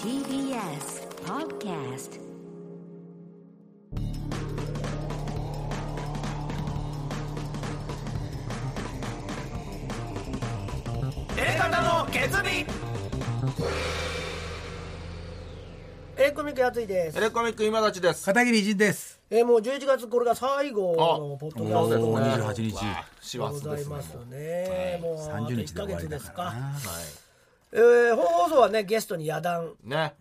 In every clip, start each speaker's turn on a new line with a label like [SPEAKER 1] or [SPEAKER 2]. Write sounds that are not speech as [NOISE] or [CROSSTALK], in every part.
[SPEAKER 1] TBS Podcast
[SPEAKER 2] えーコミックやついです
[SPEAKER 3] テ。レコミック今立ちです。
[SPEAKER 4] 片桐仁です。
[SPEAKER 2] えーもう11月これが最後のポッドキャスト
[SPEAKER 4] もう
[SPEAKER 2] で
[SPEAKER 4] 28日、
[SPEAKER 3] 師
[SPEAKER 2] ご
[SPEAKER 3] 走
[SPEAKER 2] ざ
[SPEAKER 3] で
[SPEAKER 2] い
[SPEAKER 3] すね。
[SPEAKER 2] ますね。もうあと
[SPEAKER 4] 30
[SPEAKER 2] 1
[SPEAKER 4] 日で
[SPEAKER 2] ヶ
[SPEAKER 4] 終わり
[SPEAKER 2] 月
[SPEAKER 4] だ
[SPEAKER 2] です
[SPEAKER 4] か。
[SPEAKER 2] から
[SPEAKER 4] な。
[SPEAKER 2] えー本放送はねゲストに野談
[SPEAKER 3] ね。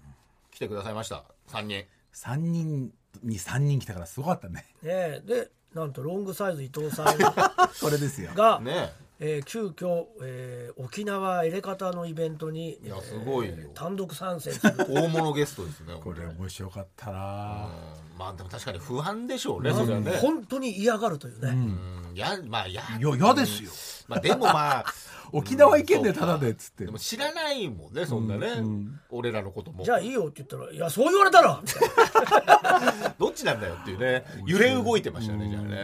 [SPEAKER 3] 来てくださいました。三人。
[SPEAKER 4] 三人に三人来たからすごかったね。
[SPEAKER 2] ねでなんとロングサイズ伊藤さん
[SPEAKER 4] [LAUGHS] これですよ。
[SPEAKER 2] が、
[SPEAKER 3] [LAUGHS] ね。
[SPEAKER 2] えー急遽、えー沖縄エレカタのイベントに
[SPEAKER 3] いや、すごいよ。
[SPEAKER 2] 単独参戦する。
[SPEAKER 3] 大物ゲストですね。こ
[SPEAKER 4] これ面白かったな。
[SPEAKER 3] まあ、でも確かに不安でしょうね。それは [LAUGHS] ね。
[SPEAKER 2] 本当に嫌がるというね。
[SPEAKER 3] うんや、まあ、や。
[SPEAKER 4] いや嫌ですよ。
[SPEAKER 3] まあ、でもまあ。
[SPEAKER 4] [LAUGHS] 沖縄行けん
[SPEAKER 3] う
[SPEAKER 4] で
[SPEAKER 3] ん
[SPEAKER 4] ただでっつって
[SPEAKER 3] で。も知らないもんね、そんなね。俺らのことも。
[SPEAKER 2] じゃあいいよって言ったら「いやそう言われたら!みたい
[SPEAKER 3] どっちなんだよっていうね。揺れ動いてましたね、じゃあ
[SPEAKER 2] なね」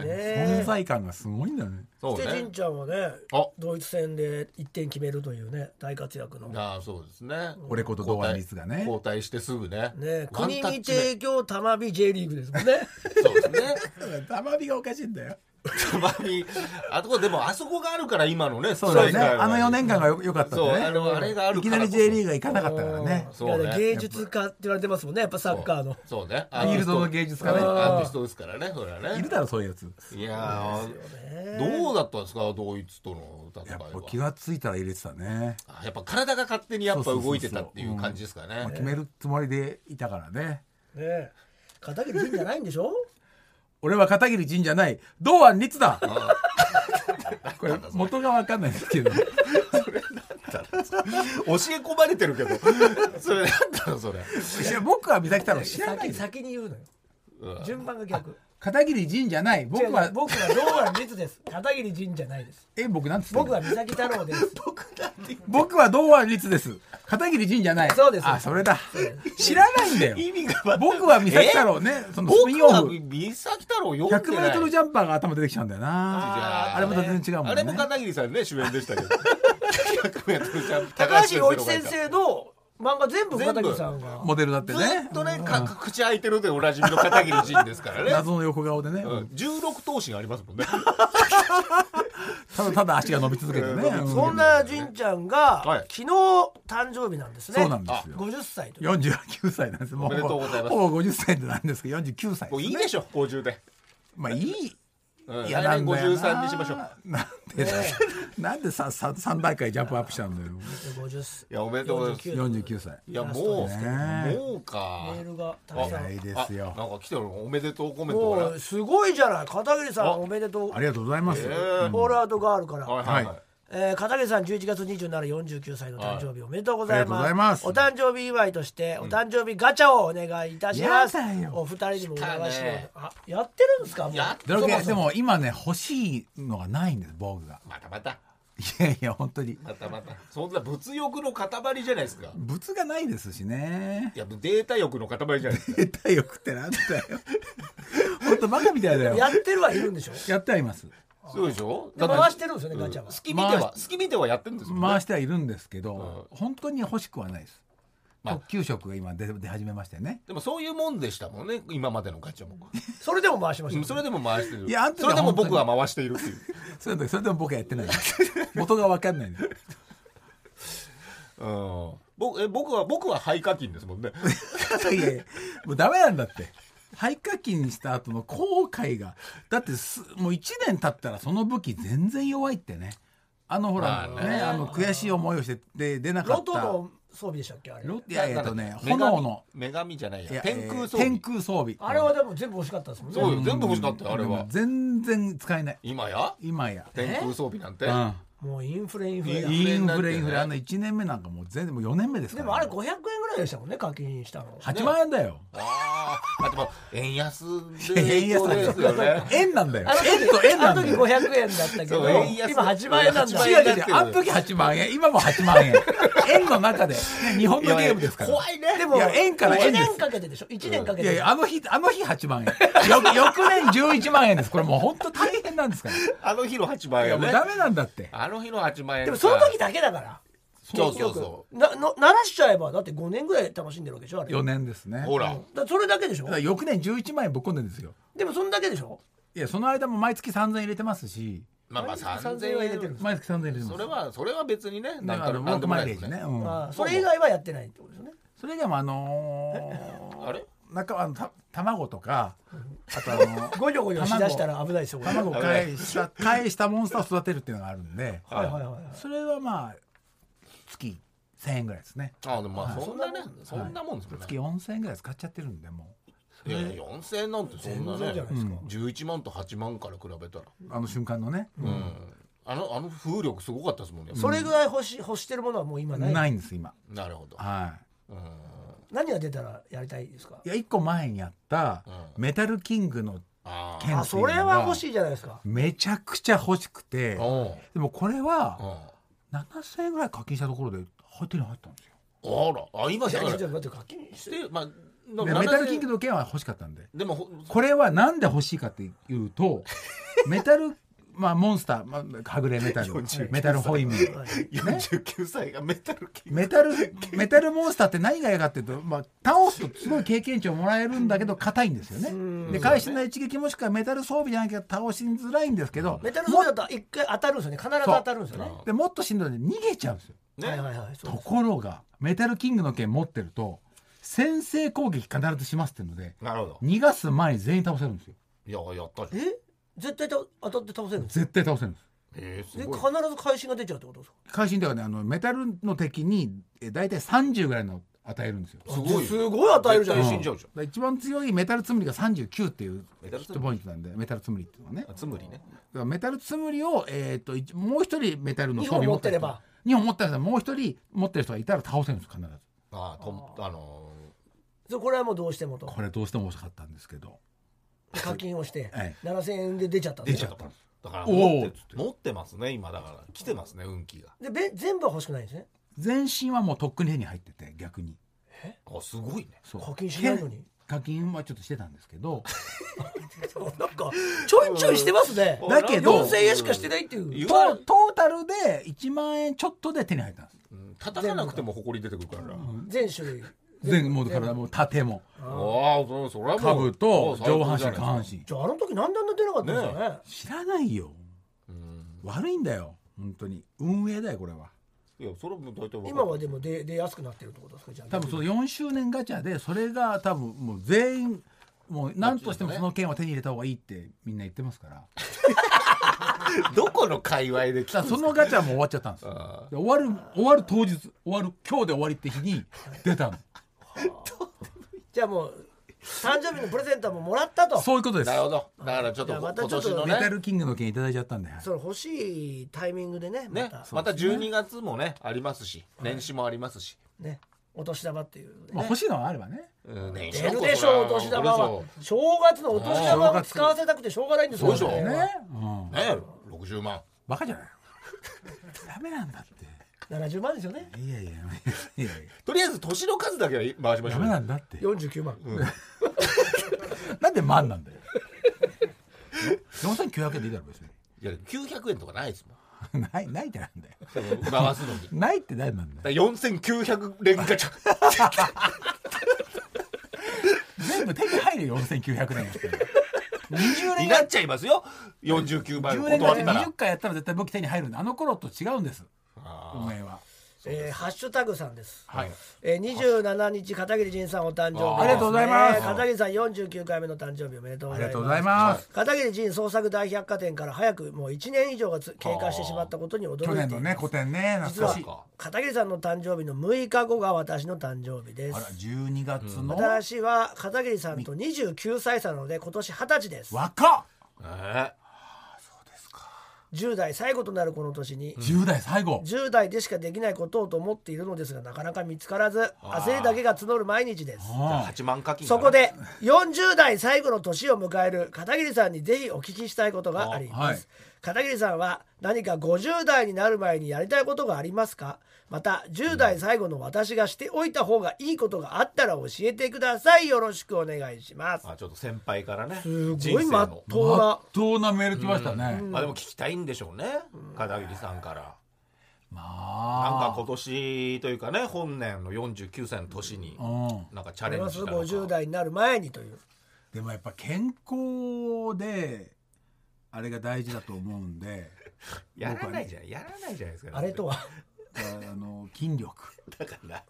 [SPEAKER 3] ね。
[SPEAKER 4] 存在感がすごいんだね。
[SPEAKER 3] そ
[SPEAKER 2] そうして
[SPEAKER 3] ね
[SPEAKER 2] 仁。ちゃんはね
[SPEAKER 3] あ
[SPEAKER 2] ドイツ戦で1点決めるというね大活躍の。
[SPEAKER 3] ああ、そうですね。
[SPEAKER 4] 俺こと堂安律がね
[SPEAKER 3] 交。代してすぐね。
[SPEAKER 2] ね、
[SPEAKER 3] ワ
[SPEAKER 2] 国
[SPEAKER 3] ンタッ
[SPEAKER 2] に
[SPEAKER 3] チ目
[SPEAKER 2] 提供たまび J リーグですもんね。
[SPEAKER 3] そうですね。
[SPEAKER 4] たまりがおかしいんだよ。
[SPEAKER 3] たまにあとこでもあそこがあるから今のね
[SPEAKER 4] そうだ
[SPEAKER 3] ス
[SPEAKER 4] ね。
[SPEAKER 3] トライクが
[SPEAKER 4] あの四年間がよ良かったん
[SPEAKER 3] そうあ
[SPEAKER 4] だね。
[SPEAKER 3] のあれがある
[SPEAKER 4] いき
[SPEAKER 3] か
[SPEAKER 4] な
[SPEAKER 3] ら
[SPEAKER 4] り J リーが行かなかったからね。
[SPEAKER 3] そうね
[SPEAKER 2] いや芸術家って言われてますもんね、やっぱサッカーの。
[SPEAKER 3] そうね
[SPEAKER 4] フィールドの芸術家ね
[SPEAKER 3] アーティストですからねそれはね
[SPEAKER 4] いるだろそういうやつ。
[SPEAKER 3] いやーどうだったんですかドイツとの戦
[SPEAKER 4] や
[SPEAKER 3] い
[SPEAKER 4] っ
[SPEAKER 3] は
[SPEAKER 4] ぱ気がついたら入れてたね。
[SPEAKER 3] あやっぱ体が勝手にやっぱ動いてたっていう感じですか [LAUGHS]
[SPEAKER 4] まあ
[SPEAKER 3] ね
[SPEAKER 4] 決めるつもりでいたからね。
[SPEAKER 2] ね、片桐仁じゃないんでしょ
[SPEAKER 4] 俺は片桐仁じゃない堂安律だ [LAUGHS] これ
[SPEAKER 3] なんだそれ
[SPEAKER 4] 元が分かんないですけど
[SPEAKER 3] 教え込まれてるけど [LAUGHS] それなんだろうそれ
[SPEAKER 4] いや僕は三崎太郎知らない
[SPEAKER 2] 先
[SPEAKER 4] よ
[SPEAKER 2] 先に言うのよ。
[SPEAKER 3] うん
[SPEAKER 2] 順番が逆。
[SPEAKER 4] 片桐仁じゃない僕
[SPEAKER 2] 違
[SPEAKER 4] は
[SPEAKER 2] う僕は堂安律です。片桐仁じゃないです。
[SPEAKER 4] え僕なんつってんの
[SPEAKER 2] 僕は三崎太郎です。
[SPEAKER 4] 僕は堂安律です片桐仁じゃない
[SPEAKER 2] そうです
[SPEAKER 4] あそれだ知らないんだよ
[SPEAKER 3] 意味が全く
[SPEAKER 4] 僕は三崎太郎ねそのス
[SPEAKER 3] 僕
[SPEAKER 4] ピンオ
[SPEAKER 3] は
[SPEAKER 4] フ
[SPEAKER 3] 三崎太郎読んでない
[SPEAKER 4] 100m ジャンパーが頭出てきちゃうんだよ
[SPEAKER 3] い
[SPEAKER 4] な
[SPEAKER 3] やー
[SPEAKER 4] あれまた全然違うも
[SPEAKER 3] あ
[SPEAKER 4] んね
[SPEAKER 3] れも片桐さんね主演でしたけど [LAUGHS] 100m ジャンプ
[SPEAKER 2] 高橋
[SPEAKER 3] 先生
[SPEAKER 2] 陽
[SPEAKER 3] の
[SPEAKER 2] 一
[SPEAKER 3] 方がい
[SPEAKER 2] 先
[SPEAKER 3] た
[SPEAKER 2] 生の漫画全部片桐さんが。
[SPEAKER 4] モデルだって
[SPEAKER 3] ずっ
[SPEAKER 4] ね
[SPEAKER 3] とね、か口開いてるでおなじみの片桐仁ですからね。
[SPEAKER 4] 謎の横顔でね、
[SPEAKER 3] うん、16頭身ありますもんね。
[SPEAKER 4] ただただ足が伸び続けてね、
[SPEAKER 3] えー
[SPEAKER 4] うん
[SPEAKER 2] そんな仁ちゃんが、
[SPEAKER 3] はい
[SPEAKER 2] 昨日誕生日なんですね。
[SPEAKER 4] そうなんですよ
[SPEAKER 2] 50歳という。
[SPEAKER 4] 四十九歳なんです。もう
[SPEAKER 3] おめでとうございます
[SPEAKER 4] ほぼ五十歳ってなんですけど、四十九歳、
[SPEAKER 3] もういいでしょ、50で。
[SPEAKER 4] まあいい。
[SPEAKER 3] うん、
[SPEAKER 4] い
[SPEAKER 3] 来
[SPEAKER 4] やな
[SPEAKER 3] 年
[SPEAKER 4] んだよな
[SPEAKER 3] 53にしましょう。
[SPEAKER 4] なんでだよ、なんでささ三段階ジャンプアップしたんだよ。
[SPEAKER 2] 50歳。
[SPEAKER 3] いやおめでとうございます
[SPEAKER 2] 49
[SPEAKER 4] 四十九歳。
[SPEAKER 3] いや、
[SPEAKER 2] ラスト
[SPEAKER 3] もう、
[SPEAKER 2] です
[SPEAKER 4] けどね
[SPEAKER 3] もうか
[SPEAKER 2] メ。ールがたくさん
[SPEAKER 4] 早いで
[SPEAKER 3] あ
[SPEAKER 4] すよ。
[SPEAKER 3] なんか来てるおめでとうコメントか
[SPEAKER 2] も
[SPEAKER 3] ら
[SPEAKER 2] う。すごいじゃない片桐さ
[SPEAKER 3] あ
[SPEAKER 2] んおめでとう
[SPEAKER 4] ありがとうございます。
[SPEAKER 3] えー
[SPEAKER 2] ホールアウトガールから、
[SPEAKER 3] はいはいはい
[SPEAKER 4] は。
[SPEAKER 2] えー片桐さん11月27、49歳の誕生日おめでとうございます,、
[SPEAKER 4] ありがと
[SPEAKER 2] お
[SPEAKER 4] うござ
[SPEAKER 2] 誕生日祝いとしてお誕生日ガチャをお願いいたします、
[SPEAKER 4] やだよ
[SPEAKER 2] お二人にもお願いし
[SPEAKER 3] 来
[SPEAKER 2] よう、
[SPEAKER 3] たね
[SPEAKER 2] あやってるんですかもう
[SPEAKER 3] やっ
[SPEAKER 4] だ
[SPEAKER 3] そ
[SPEAKER 4] け
[SPEAKER 3] う
[SPEAKER 4] ど
[SPEAKER 3] そう
[SPEAKER 4] でも今ね欲しいのがないんです僕が
[SPEAKER 3] またまた。
[SPEAKER 4] いやいや本当に
[SPEAKER 3] またまた。そんな物欲の塊じゃないですか。
[SPEAKER 4] 物がないですしね
[SPEAKER 3] いや、データ欲の塊じゃないですか。
[SPEAKER 4] 絶対よくってなんだよ本当バカみたいだよ
[SPEAKER 2] やってるはいるんでしょ
[SPEAKER 4] やってあります
[SPEAKER 3] そうでしょ
[SPEAKER 2] で
[SPEAKER 3] だ
[SPEAKER 2] 回し
[SPEAKER 3] 好
[SPEAKER 2] てるんですよね、ガチャは
[SPEAKER 3] き見ては、
[SPEAKER 4] 回
[SPEAKER 3] 好き見てはやってるんですよね。
[SPEAKER 4] 回してはいるんですけど、本当に欲しくはないです、
[SPEAKER 3] まあ
[SPEAKER 4] 特急食が今出出始めましたよね
[SPEAKER 3] でもそういうもんでしたもんね、今までのガチャも。
[SPEAKER 2] それでも回しま
[SPEAKER 3] う
[SPEAKER 2] した
[SPEAKER 3] ん
[SPEAKER 2] ね、
[SPEAKER 3] それでも回してる。
[SPEAKER 4] いやあんたね
[SPEAKER 3] それでも僕は回しているっていう。
[SPEAKER 4] それでそれでも僕はやってない [LAUGHS] 元が分かんないの
[SPEAKER 3] うん。僕え僕は僕は肺課金ですもんね。
[SPEAKER 4] [LAUGHS] いやいやもうダメなんだって肺課金した後の後悔がだってすもう1年経ったらその武器全然弱いってねあのほら、
[SPEAKER 3] まあ
[SPEAKER 4] ね
[SPEAKER 3] ね
[SPEAKER 4] あの悔しい思いをしてで出なか
[SPEAKER 2] ロ
[SPEAKER 4] った
[SPEAKER 2] トの装備でしたっけあれ
[SPEAKER 4] ロいやいやえっとね
[SPEAKER 3] 女神
[SPEAKER 4] 炎の
[SPEAKER 3] 女神じゃない
[SPEAKER 4] いや
[SPEAKER 3] や天空装
[SPEAKER 4] えー天
[SPEAKER 3] 備。
[SPEAKER 4] 空装備
[SPEAKER 2] あれはでも全部欲しかったですもんね
[SPEAKER 3] そうよ全部欲しかったよあれは。
[SPEAKER 4] 全然使えない
[SPEAKER 3] 今や
[SPEAKER 4] 今や
[SPEAKER 3] 天空装備なんて。
[SPEAKER 4] うん
[SPEAKER 2] もうインフレインフレだ
[SPEAKER 3] いい
[SPEAKER 4] インフレインフレあ
[SPEAKER 3] なんてね
[SPEAKER 4] の1年目なんかもう全然もう4年目ですか
[SPEAKER 2] で
[SPEAKER 4] ら、
[SPEAKER 2] もあれ500円ぐらいでしたもんね課金したの
[SPEAKER 4] 8万円だよ
[SPEAKER 3] ああ。あとまあ円安で
[SPEAKER 4] [LAUGHS] 円安
[SPEAKER 3] 影響ですよね。
[SPEAKER 4] 円なんだよ
[SPEAKER 2] あの時
[SPEAKER 4] 円と円な
[SPEAKER 2] あ
[SPEAKER 4] ん
[SPEAKER 2] の
[SPEAKER 4] だ
[SPEAKER 2] 時
[SPEAKER 4] よ
[SPEAKER 2] 500円だったけ
[SPEAKER 3] そう
[SPEAKER 2] ど
[SPEAKER 3] 円安
[SPEAKER 2] 今8万円なん
[SPEAKER 3] 8万
[SPEAKER 2] だ
[SPEAKER 4] 違う
[SPEAKER 3] 円
[SPEAKER 4] 違う違うあの時8万円今も8万円円の中で、ね日本のゲームですから
[SPEAKER 3] 怖いね。
[SPEAKER 2] で
[SPEAKER 4] い
[SPEAKER 2] も
[SPEAKER 4] や円から
[SPEAKER 2] 1
[SPEAKER 4] 円です
[SPEAKER 2] 年かけてでしょ1年かけ
[SPEAKER 4] いや
[SPEAKER 2] て
[SPEAKER 4] いやあの日あの日8万円よ翌年11万円ですこれもう本当大変なんですからい
[SPEAKER 3] あの日の八万
[SPEAKER 4] や
[SPEAKER 3] 円
[SPEAKER 4] もう
[SPEAKER 3] ね。
[SPEAKER 4] ダメなんだって
[SPEAKER 3] あの日の八万円。
[SPEAKER 2] でもその時。だけだから
[SPEAKER 3] そう
[SPEAKER 2] 結
[SPEAKER 3] そう
[SPEAKER 2] 局
[SPEAKER 3] そう
[SPEAKER 2] なの鳴らしちゃえばだって5年ぐらい楽しんでるわけでしょあれ
[SPEAKER 4] 4年ですね
[SPEAKER 3] ほら
[SPEAKER 2] だそれだけでしょ
[SPEAKER 4] だから翌年11万円ぶっ込んでるんですよ
[SPEAKER 2] でもそんだけでしょ
[SPEAKER 4] いやその間も毎月3000円入れてますし
[SPEAKER 3] まあまあ3000
[SPEAKER 2] 3000
[SPEAKER 3] 円
[SPEAKER 2] 円
[SPEAKER 3] は
[SPEAKER 2] は
[SPEAKER 3] 入
[SPEAKER 2] 入
[SPEAKER 3] れ
[SPEAKER 2] れ
[SPEAKER 3] て
[SPEAKER 2] て
[SPEAKER 3] る
[SPEAKER 2] る
[SPEAKER 4] 毎月3000円入れてます
[SPEAKER 3] それはそれは別にね
[SPEAKER 4] だ
[SPEAKER 3] なん
[SPEAKER 4] か
[SPEAKER 3] からなんでも
[SPEAKER 4] マ
[SPEAKER 3] な
[SPEAKER 4] イ
[SPEAKER 3] い
[SPEAKER 4] レ
[SPEAKER 3] で
[SPEAKER 4] ー
[SPEAKER 3] す
[SPEAKER 4] ジね、
[SPEAKER 3] ね
[SPEAKER 4] うん
[SPEAKER 2] ああそれ以外はやってないってことですよね
[SPEAKER 4] それでもあのー
[SPEAKER 3] あれ
[SPEAKER 4] 中あのた卵とかあとあ [LAUGHS] の
[SPEAKER 2] ごにょごにょしだしたら危ないですよこれ
[SPEAKER 4] 卵を返した返したモンスターを育てるっていうのがあるんで
[SPEAKER 2] はいはいはいはい
[SPEAKER 4] それはまあ月1000円ぐらいですね
[SPEAKER 3] あでもまあ
[SPEAKER 2] はい
[SPEAKER 3] そんなねそんなもんですよね
[SPEAKER 4] 月4000円ぐらい使っちゃってるんでも
[SPEAKER 3] いやいや4000円なんてそんな
[SPEAKER 2] 全然じ
[SPEAKER 3] ね
[SPEAKER 2] ゃないですか
[SPEAKER 3] 11万と8万から比べたら
[SPEAKER 4] うあの瞬間のね、
[SPEAKER 3] うんあのあの風力すごかったですもんね
[SPEAKER 2] それぐらい欲し欲してるものはもう今ない
[SPEAKER 4] ないんです今
[SPEAKER 3] なるほど
[SPEAKER 4] はい
[SPEAKER 2] 何が出たらやりたいですか
[SPEAKER 4] いや一個前にやった
[SPEAKER 3] う
[SPEAKER 4] メタルキングの
[SPEAKER 3] あ
[SPEAKER 4] 剣
[SPEAKER 2] あ
[SPEAKER 4] っていう
[SPEAKER 2] そ
[SPEAKER 4] の
[SPEAKER 2] れは欲しいじゃないですか
[SPEAKER 4] めちゃくちゃ欲しくて
[SPEAKER 3] あうん
[SPEAKER 4] でもこれ
[SPEAKER 3] うん
[SPEAKER 4] は7000円ぐらい課金したところで手に入ったんですよ
[SPEAKER 3] あらあ今
[SPEAKER 2] い
[SPEAKER 3] じゃ
[SPEAKER 2] やい
[SPEAKER 3] な
[SPEAKER 2] や
[SPEAKER 3] い
[SPEAKER 2] ちょっと待って課金し
[SPEAKER 3] しててまあ
[SPEAKER 4] でメタルキングの件は欲しかったんで
[SPEAKER 3] でもほ
[SPEAKER 4] これはなんで欲しいかっていうと
[SPEAKER 2] [LAUGHS]
[SPEAKER 4] メタルまあモンスター、まあ、はぐれメタル
[SPEAKER 3] 49
[SPEAKER 4] メタルホイミ
[SPEAKER 2] はい
[SPEAKER 3] 49歳がメタルキング
[SPEAKER 4] メタルメタルモンスターって何が嫌かっていうと、まあ、倒すとすごい経験値をもらえるんだけど硬いんですよね。で会心の一撃もしくはメタル装備じゃなきゃ倒しづらいんですけど
[SPEAKER 2] メタル装備だと一回当たるんですよね必ず当たるんですよね
[SPEAKER 3] そう
[SPEAKER 4] でもっとしんどいので逃げちゃうんですよ。
[SPEAKER 3] ね
[SPEAKER 2] はいはいはいそう
[SPEAKER 4] と
[SPEAKER 2] です
[SPEAKER 4] ころがメタルキングの剣持ってると先制攻撃必ずしますっていうので
[SPEAKER 3] なるほど
[SPEAKER 4] 逃がす前に全員倒せるんですよ。
[SPEAKER 3] いややったじゃん
[SPEAKER 2] え絶対と当たって倒せるんです
[SPEAKER 4] 絶対倒せるんです。
[SPEAKER 3] えーす
[SPEAKER 2] で
[SPEAKER 3] ごい
[SPEAKER 2] 必ず会心が出ちゃうってことですか
[SPEAKER 4] 会心ではねあのメタルの敵にえ大体30ぐらいの与えるんですよ。
[SPEAKER 3] すごい
[SPEAKER 2] すごい与えるじゃ
[SPEAKER 3] 絶
[SPEAKER 2] な
[SPEAKER 3] 対
[SPEAKER 2] い
[SPEAKER 3] 死んじゃうじゃん
[SPEAKER 4] だから一番強いメタルつむりが39っていう
[SPEAKER 3] メ
[SPEAKER 4] ヒ
[SPEAKER 3] タルつむり
[SPEAKER 4] ットポイントなんでメタルつむりっていうのはね。
[SPEAKER 3] あつむりね
[SPEAKER 4] だからメタルつむりを、えー、と一もう一人メタルの装備
[SPEAKER 2] 二本持ってれば
[SPEAKER 4] 2本持ってればもう一人持ってる人がいたら倒せるんです必ず
[SPEAKER 3] あーとんあの
[SPEAKER 2] そうこれはもうどうしてもと
[SPEAKER 4] これどうしても欲しかったんですけど
[SPEAKER 2] 課金をして
[SPEAKER 4] はい
[SPEAKER 2] 7000円で出ちゃった
[SPEAKER 3] ー
[SPEAKER 2] んで
[SPEAKER 3] 出
[SPEAKER 2] す
[SPEAKER 3] ちゃ
[SPEAKER 2] よ
[SPEAKER 3] ったんですだから
[SPEAKER 4] おー
[SPEAKER 3] 持っ
[SPEAKER 4] つって
[SPEAKER 3] 持ってますね今だから来てますね運気が
[SPEAKER 2] でべ全部は欲しくないんですね
[SPEAKER 4] 全身はもうとっくに手に入ってて逆に
[SPEAKER 3] あすごいね
[SPEAKER 4] そう
[SPEAKER 2] 課金しないのに
[SPEAKER 4] 剣課金はちょっとしてたんですけど
[SPEAKER 2] [LAUGHS] なんかちょいちょいしてますね
[SPEAKER 4] だけど
[SPEAKER 2] 4000円しかしてないっていう
[SPEAKER 3] 言
[SPEAKER 4] ト
[SPEAKER 3] われ
[SPEAKER 4] トータルで1万円ちょっとで手に入ったんです
[SPEAKER 3] うん叩かなくても埃出てくるから
[SPEAKER 2] 全種類
[SPEAKER 4] 全もう体も盾も
[SPEAKER 3] ああそそれはもう
[SPEAKER 4] 株と
[SPEAKER 3] もう最
[SPEAKER 4] 上
[SPEAKER 3] 高
[SPEAKER 4] 半身
[SPEAKER 3] じゃないです
[SPEAKER 4] 下
[SPEAKER 3] か
[SPEAKER 4] 半身
[SPEAKER 2] じゃああの時なんであんな出なかったんですかね
[SPEAKER 4] 知らないよ
[SPEAKER 3] うん
[SPEAKER 4] 悪いんだよ本当に運営だよこれはい
[SPEAKER 3] やそれも大体わかる
[SPEAKER 2] 今はでも出出やすくなってるってことですかじゃあ
[SPEAKER 4] 多分その4周年ガチャでそれが多分もう全員もう何としてもその券は手に入れた方がいいってみんな言ってますからだ
[SPEAKER 3] どこの界隈で来
[SPEAKER 4] からそのガチャも終わっちゃったんですよで終わる終わる当日終わる今日で終わりって日に
[SPEAKER 3] [LAUGHS]
[SPEAKER 4] 出たの
[SPEAKER 2] じゃあもう誕生日のプレゼントはもうもらったと
[SPEAKER 4] そういうことです
[SPEAKER 3] なるほどだからちょっと
[SPEAKER 2] じゃあま
[SPEAKER 3] 今
[SPEAKER 2] たちょっ
[SPEAKER 3] 年
[SPEAKER 2] と
[SPEAKER 3] の
[SPEAKER 4] メタ
[SPEAKER 3] ね
[SPEAKER 4] ルキングの券いただいちゃったんで、はい
[SPEAKER 2] その欲しいタイミングでねま
[SPEAKER 3] ね
[SPEAKER 2] た
[SPEAKER 3] また12月もねありますし年始もありますし
[SPEAKER 2] ねお年玉っていう
[SPEAKER 4] ま
[SPEAKER 2] ね
[SPEAKER 4] あ、欲しいのがあればね
[SPEAKER 3] うん年
[SPEAKER 2] 出
[SPEAKER 3] の
[SPEAKER 2] る
[SPEAKER 3] こ
[SPEAKER 2] でしょうお
[SPEAKER 3] と
[SPEAKER 2] 年
[SPEAKER 3] そら
[SPEAKER 2] 玉は正月のお年玉
[SPEAKER 4] あ
[SPEAKER 2] を
[SPEAKER 4] ー
[SPEAKER 2] 使わせたくてしょうがないんですよ
[SPEAKER 3] そうでしょ
[SPEAKER 2] これは
[SPEAKER 4] ね、うん、
[SPEAKER 3] ね60万
[SPEAKER 4] バカじゃない
[SPEAKER 3] [LAUGHS]
[SPEAKER 4] ダメなんだって
[SPEAKER 2] 70万ですよね
[SPEAKER 4] いやいやいやいや
[SPEAKER 3] とりあえず年の数だけは回しまし
[SPEAKER 4] ダ
[SPEAKER 3] ょう
[SPEAKER 4] メなんだって
[SPEAKER 2] 49万
[SPEAKER 4] なんで万なんだよ4900円でいいだろ別に
[SPEAKER 3] いや900円とかないですもん
[SPEAKER 4] ないないってなんだよ
[SPEAKER 3] 回すのに
[SPEAKER 4] ないって何なんだよ
[SPEAKER 3] だから4900連ガチャ
[SPEAKER 4] 全部手に入るよ4900年やったら20
[SPEAKER 3] に
[SPEAKER 4] 年
[SPEAKER 3] な
[SPEAKER 4] や
[SPEAKER 3] っちゃいますよ49万
[SPEAKER 4] 10年
[SPEAKER 3] 断っ
[SPEAKER 4] 間で
[SPEAKER 3] たら
[SPEAKER 4] 20回やったら絶対武器手に入るんであの頃と違うんです
[SPEAKER 3] あ
[SPEAKER 4] 運営は
[SPEAKER 2] えーハッシュタグさんです
[SPEAKER 4] はい
[SPEAKER 2] えー、27日片桐仁さんお誕生日ですね
[SPEAKER 3] あありがとう
[SPEAKER 4] ございます
[SPEAKER 2] 片桐さん49回目の誕生日おめでとうご
[SPEAKER 4] あ
[SPEAKER 2] ざいます
[SPEAKER 4] りがとうございます
[SPEAKER 2] 片桐仁創作大百貨店から早くもう1年以上がつ経過してしまったことに驚いてい
[SPEAKER 4] 去年のね
[SPEAKER 2] ます
[SPEAKER 4] 古典ね
[SPEAKER 2] 実
[SPEAKER 4] 懐か
[SPEAKER 2] は
[SPEAKER 4] しい
[SPEAKER 2] 片桐さんの誕生日の6日後が私の誕生日で
[SPEAKER 4] あら
[SPEAKER 2] す
[SPEAKER 4] 12月の
[SPEAKER 2] 私は片桐さんと29歳差なので今年20歳です
[SPEAKER 4] 若っ
[SPEAKER 3] えー
[SPEAKER 2] 10代最後となるこの年に
[SPEAKER 4] 10代最後
[SPEAKER 2] 10代でしかできないことをと思っているのですがなかなか見つからず焦りだけが募る毎日です
[SPEAKER 3] じゃあ8万課金か
[SPEAKER 2] そ
[SPEAKER 3] な
[SPEAKER 2] こで40代最後の年を迎える片桐さんにぜひお聞きしたいことがあり
[SPEAKER 4] あは
[SPEAKER 2] ま
[SPEAKER 4] い
[SPEAKER 2] す、片桐さんは何か50代になる前にやりたいことがありますかまた10代最後の私がしておいた方がいいことがあったら教えてくださいよろしくお願いします
[SPEAKER 3] あちょっと先輩からね
[SPEAKER 2] す
[SPEAKER 3] 人
[SPEAKER 2] ごい
[SPEAKER 3] 生
[SPEAKER 2] まっ
[SPEAKER 3] の
[SPEAKER 2] とうな
[SPEAKER 4] まっとうなメール来ましたね
[SPEAKER 3] まあでも聞きたいんでしょうね片桐さんから
[SPEAKER 4] ま
[SPEAKER 3] なん
[SPEAKER 4] あ
[SPEAKER 3] か今年というかね本年の49歳の年に
[SPEAKER 4] うん
[SPEAKER 3] なんかチ
[SPEAKER 2] あ
[SPEAKER 3] ャレ
[SPEAKER 2] り
[SPEAKER 3] ン
[SPEAKER 2] ま
[SPEAKER 3] ジ
[SPEAKER 2] す
[SPEAKER 3] したの
[SPEAKER 2] 50
[SPEAKER 3] か
[SPEAKER 2] 代になる前にという
[SPEAKER 4] でもやっぱ健康であれが大事だと思うんで
[SPEAKER 3] やらないじゃんやらないじゃないですか
[SPEAKER 2] あれとは [LAUGHS]
[SPEAKER 4] あの筋力
[SPEAKER 3] だから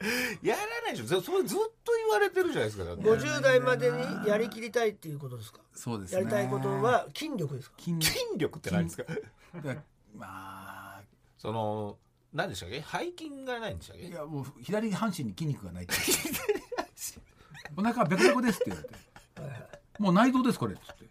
[SPEAKER 3] やらないでしょずそれずっと言われてるじゃないですかだって
[SPEAKER 2] 50代までにやりきりたいっていうことですか
[SPEAKER 4] そうです
[SPEAKER 2] や
[SPEAKER 4] ね
[SPEAKER 2] りたいことは筋力ですか
[SPEAKER 4] 筋
[SPEAKER 3] 筋力って何ですか
[SPEAKER 4] だからまあ
[SPEAKER 3] その何でしたっけ背筋がないんでしたっ
[SPEAKER 4] い
[SPEAKER 3] け
[SPEAKER 4] やもう左半身に筋肉がな
[SPEAKER 2] [LAUGHS]
[SPEAKER 4] いってお腹はベコベコですって言われてもう内臓ですこれっつって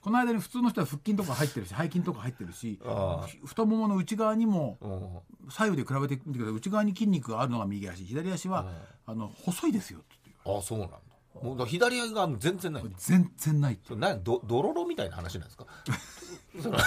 [SPEAKER 4] この間に普通の人は腹筋とか入ってるし背筋とか入ってるし
[SPEAKER 3] ああ
[SPEAKER 4] ひ太ももの内側にも
[SPEAKER 3] うん
[SPEAKER 4] 左右で比べてみてください内側に筋肉があるのが右足左足は、あの細いですよって言わ
[SPEAKER 3] あそうなんだもうだから左が全然ない
[SPEAKER 4] れて全然ないって
[SPEAKER 3] それ何どドロロみたいな話なんですか [LAUGHS] その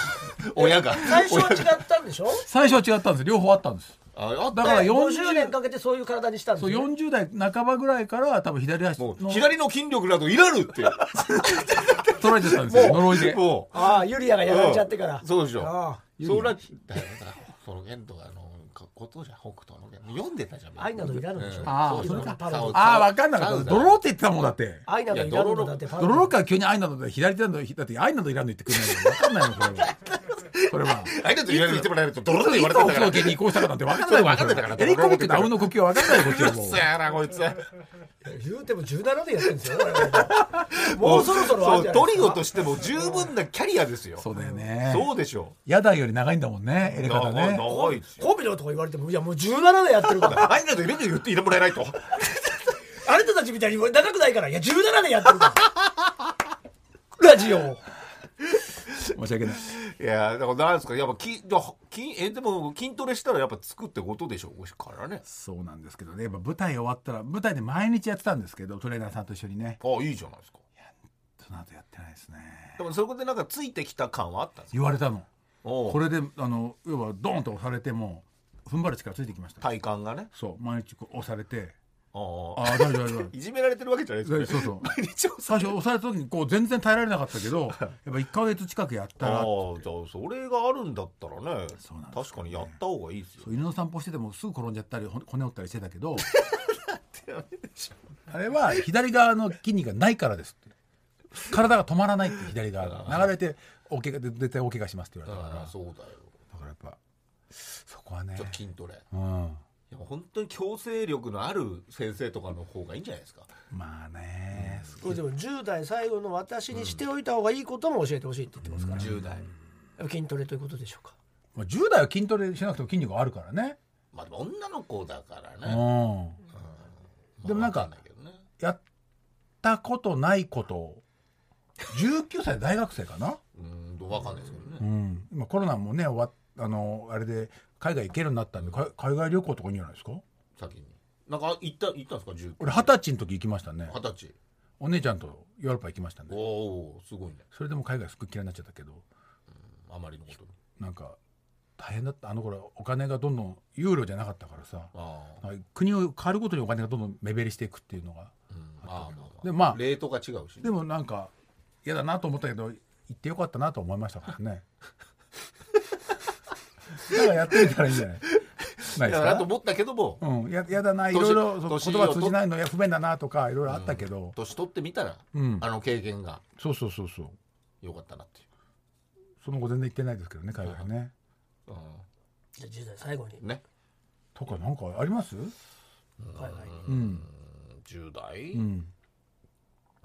[SPEAKER 3] 親が
[SPEAKER 2] 最初は
[SPEAKER 3] 親
[SPEAKER 2] 違ったんでしょ
[SPEAKER 4] 最初は違ったんです両方あったんです
[SPEAKER 3] ああ
[SPEAKER 4] だから
[SPEAKER 2] ね
[SPEAKER 4] 40
[SPEAKER 2] 50年かけてそういう体にしたんです
[SPEAKER 4] そう
[SPEAKER 2] ね
[SPEAKER 4] 40代半ばぐらいから多分左足
[SPEAKER 3] も
[SPEAKER 4] の
[SPEAKER 3] う左の筋力などいらぬって
[SPEAKER 4] 取られちゃったんですよ呪いで
[SPEAKER 3] もう
[SPEAKER 2] ああユリアがやられちゃってから
[SPEAKER 3] うんそうでしょ
[SPEAKER 2] あ
[SPEAKER 3] そらだからその剣とかあのことじゃん北斗の剣読んでたじゃん
[SPEAKER 2] 愛などいらぬでしょ
[SPEAKER 4] ああ
[SPEAKER 2] そう
[SPEAKER 4] そ
[SPEAKER 2] で
[SPEAKER 4] れ
[SPEAKER 2] す
[SPEAKER 4] か
[SPEAKER 2] ねパロディ
[SPEAKER 4] ああ分かんなかったドローって言ってたもんだって
[SPEAKER 2] 愛などいらぬのだってファン
[SPEAKER 4] ドロロから急に愛などで左手などだって愛などいらんの言ってくれないの分かんないのこれはこれ
[SPEAKER 3] [LAUGHS]
[SPEAKER 4] は
[SPEAKER 3] あいつ言われてもらえるとドロ
[SPEAKER 4] ド
[SPEAKER 3] ロ
[SPEAKER 4] ロ
[SPEAKER 3] と言われ
[SPEAKER 4] ロ
[SPEAKER 3] て
[SPEAKER 4] を
[SPEAKER 3] たか
[SPEAKER 4] 狂
[SPEAKER 3] ら
[SPEAKER 4] 犬に移行したかなんて分かんないも
[SPEAKER 3] そう分かんないだから
[SPEAKER 4] エレコミックとアウの呼吸は分かんないこっちはもう
[SPEAKER 3] うっせえなこいつ
[SPEAKER 2] 言うても17でやってるんですよ我々もうそろそろあるんじ
[SPEAKER 3] そ
[SPEAKER 2] ゃ
[SPEAKER 3] う
[SPEAKER 2] ない
[SPEAKER 3] トリ
[SPEAKER 2] ですか
[SPEAKER 3] オとしても十分なキャリアですよ
[SPEAKER 4] そうだよね
[SPEAKER 3] そうでしょ
[SPEAKER 4] 野団より長いんだもんねエレ
[SPEAKER 3] う
[SPEAKER 4] カ
[SPEAKER 3] 長
[SPEAKER 4] タ
[SPEAKER 3] い
[SPEAKER 4] ね
[SPEAKER 3] 長いですよ
[SPEAKER 2] コンビのとか言われてもいやもう17でやって
[SPEAKER 3] [LAUGHS]
[SPEAKER 2] るから
[SPEAKER 3] あいつらといらぬ言っていてもらえないと
[SPEAKER 2] あなたたちみたいに長くないからいや17でやってるからラジオを
[SPEAKER 4] 申し訳ない
[SPEAKER 3] いやだからなんですかやっぱ筋筋えでも筋トレしたらやっぱつくってことでしょうからね
[SPEAKER 4] そうなんですけどねやっぱ舞台終わったら舞台で毎日やってたんですけどトレーナーさんと一緒にね
[SPEAKER 3] あいいじゃないですか
[SPEAKER 4] その後やってないですね
[SPEAKER 3] でもそこでなんかついてきた感はあったんですか
[SPEAKER 4] 言われたの
[SPEAKER 3] おう
[SPEAKER 4] これであの要はドーンと押されても踏ん張る力ついてきました
[SPEAKER 3] 体感がね
[SPEAKER 4] そう毎日こう押されて
[SPEAKER 3] おう
[SPEAKER 4] ああ大丈夫大丈夫
[SPEAKER 3] いじめられてるわけじゃないですよね
[SPEAKER 4] そうそう
[SPEAKER 3] 毎日お
[SPEAKER 4] 最初押された時にこう全然耐えられなかったけどやっぱ1か月近くやったら
[SPEAKER 3] [LAUGHS] ああ
[SPEAKER 4] っつって
[SPEAKER 3] じゃあそれがあるんだったらね
[SPEAKER 4] そうなんですよね
[SPEAKER 3] 確かにやった方がいいですよ
[SPEAKER 4] そう犬の散歩しててもすぐ転んじゃったりほん骨折ったりしてたけどあれは左側の筋肉がないからですって体が止まらないって左側が流れて大怪我で絶対大怪我しますって言われたから
[SPEAKER 3] ああ
[SPEAKER 4] だ
[SPEAKER 3] そうだよ
[SPEAKER 4] からやっぱそこはね
[SPEAKER 3] ちょっと筋トレい
[SPEAKER 4] うん
[SPEAKER 3] や本当に強制力のある先生とかの方がいいんじゃないですか
[SPEAKER 4] まあね
[SPEAKER 2] これでも10代最後の私にしておいた方がいいことも教えてほしいって言ってますから、
[SPEAKER 3] 10代
[SPEAKER 2] 筋トレということでしょうか
[SPEAKER 4] まあ10代は筋トレしなくても筋肉があるからね
[SPEAKER 3] まあでも女の子だから
[SPEAKER 4] う
[SPEAKER 3] ね
[SPEAKER 4] んでもなんか
[SPEAKER 3] わいけどね
[SPEAKER 4] やったことないことを19歳大学生かな、
[SPEAKER 3] うんどうわかんないですけど
[SPEAKER 4] う
[SPEAKER 3] ね
[SPEAKER 4] ん、今コロナもね終わっあのあれで海外行けるようになったんでか海外旅行とかいいんじゃないですか
[SPEAKER 3] 先になんか行った行ったんですか10
[SPEAKER 4] 俺二十歳の時行きましたね
[SPEAKER 3] 二十歳
[SPEAKER 4] お姉ちゃんとヨーロッパ行きました
[SPEAKER 3] お
[SPEAKER 4] ね
[SPEAKER 3] おすごいね
[SPEAKER 4] それでも海外すっごい嫌いになっちゃったけど
[SPEAKER 3] あまりのことに
[SPEAKER 4] なんか大変だったあの頃お金がどんどんユーロじゃなかったからさ
[SPEAKER 3] ああ
[SPEAKER 4] なんか国を変わることにお金がどんどん目減りしていくっていうのが
[SPEAKER 3] うんああまあまあ
[SPEAKER 4] でまあ
[SPEAKER 3] レートが違うしね
[SPEAKER 4] でもなんか嫌だなと思ったけど行ってよかったなと思いましたからね [LAUGHS] だからやってみたらいいんじゃないない
[SPEAKER 3] い
[SPEAKER 4] です
[SPEAKER 3] やだと
[SPEAKER 4] か
[SPEAKER 3] 思ったけども
[SPEAKER 4] うん、ややだない
[SPEAKER 3] 年
[SPEAKER 4] ろいろそう
[SPEAKER 3] 年
[SPEAKER 4] 言葉通じないのいや不便だなとかいろいろあったけど、
[SPEAKER 3] 年取ってみたら
[SPEAKER 4] うん
[SPEAKER 3] あの経験が
[SPEAKER 4] そうそうそうそう
[SPEAKER 3] 良かったなっていう
[SPEAKER 4] その後全然行ってないですけどね海外ね、
[SPEAKER 3] う
[SPEAKER 2] じゃあ10代最後に
[SPEAKER 3] んね、
[SPEAKER 4] とかなんかあります
[SPEAKER 2] 海外に
[SPEAKER 4] うん、
[SPEAKER 3] 10代、
[SPEAKER 4] うん、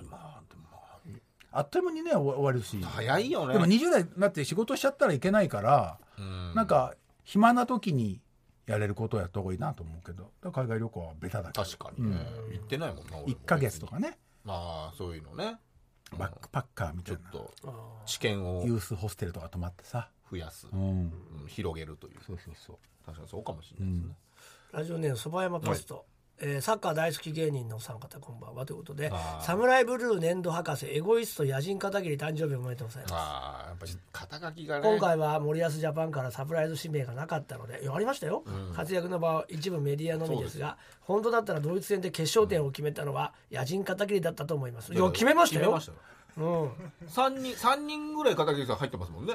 [SPEAKER 3] まあでもま
[SPEAKER 4] あっという間にね終わ終わるし
[SPEAKER 3] あ早いよね
[SPEAKER 4] でも20代になって仕事しちゃったらいけないから、
[SPEAKER 3] うん
[SPEAKER 4] なんか暇な時にやれることをやった方がいいなと思うけどだから海外旅行はベタだけど
[SPEAKER 3] 確かにね、行ってないもんな俺も
[SPEAKER 4] 1ヶ月とかね
[SPEAKER 3] まあそういうのね
[SPEAKER 4] バックパッカーみ
[SPEAKER 3] ち
[SPEAKER 4] た
[SPEAKER 3] ょ
[SPEAKER 4] い
[SPEAKER 3] っ
[SPEAKER 4] な
[SPEAKER 3] と知見を
[SPEAKER 4] ユースホステルとか泊まってさ
[SPEAKER 3] 増やす、
[SPEAKER 4] ん
[SPEAKER 3] うん広げるという
[SPEAKER 4] そうそうそう
[SPEAKER 3] 確かにそうかもしれないですね、
[SPEAKER 2] ラジオネームそば山ポスト、えーサッカー大好き芸人のお三方こんばんはということで
[SPEAKER 3] あ
[SPEAKER 2] 「
[SPEAKER 3] ー
[SPEAKER 2] サムライブルー年度博士エゴイスト野人片桐誕生日おめでとうございます」
[SPEAKER 3] ああやっぱり肩書きがね
[SPEAKER 2] 今回は森保ジャパンからサプライズ指名がなかったのでいやありましたよ、活躍の場は一部メディアのみですが本当だったらドイツ戦で決勝点を決めたのは野人片桐だったと思います、いや決めました
[SPEAKER 3] 決
[SPEAKER 2] よ
[SPEAKER 3] めましたよ
[SPEAKER 2] うん
[SPEAKER 3] 三人三人ぐらい片桐さん入ってますもんね。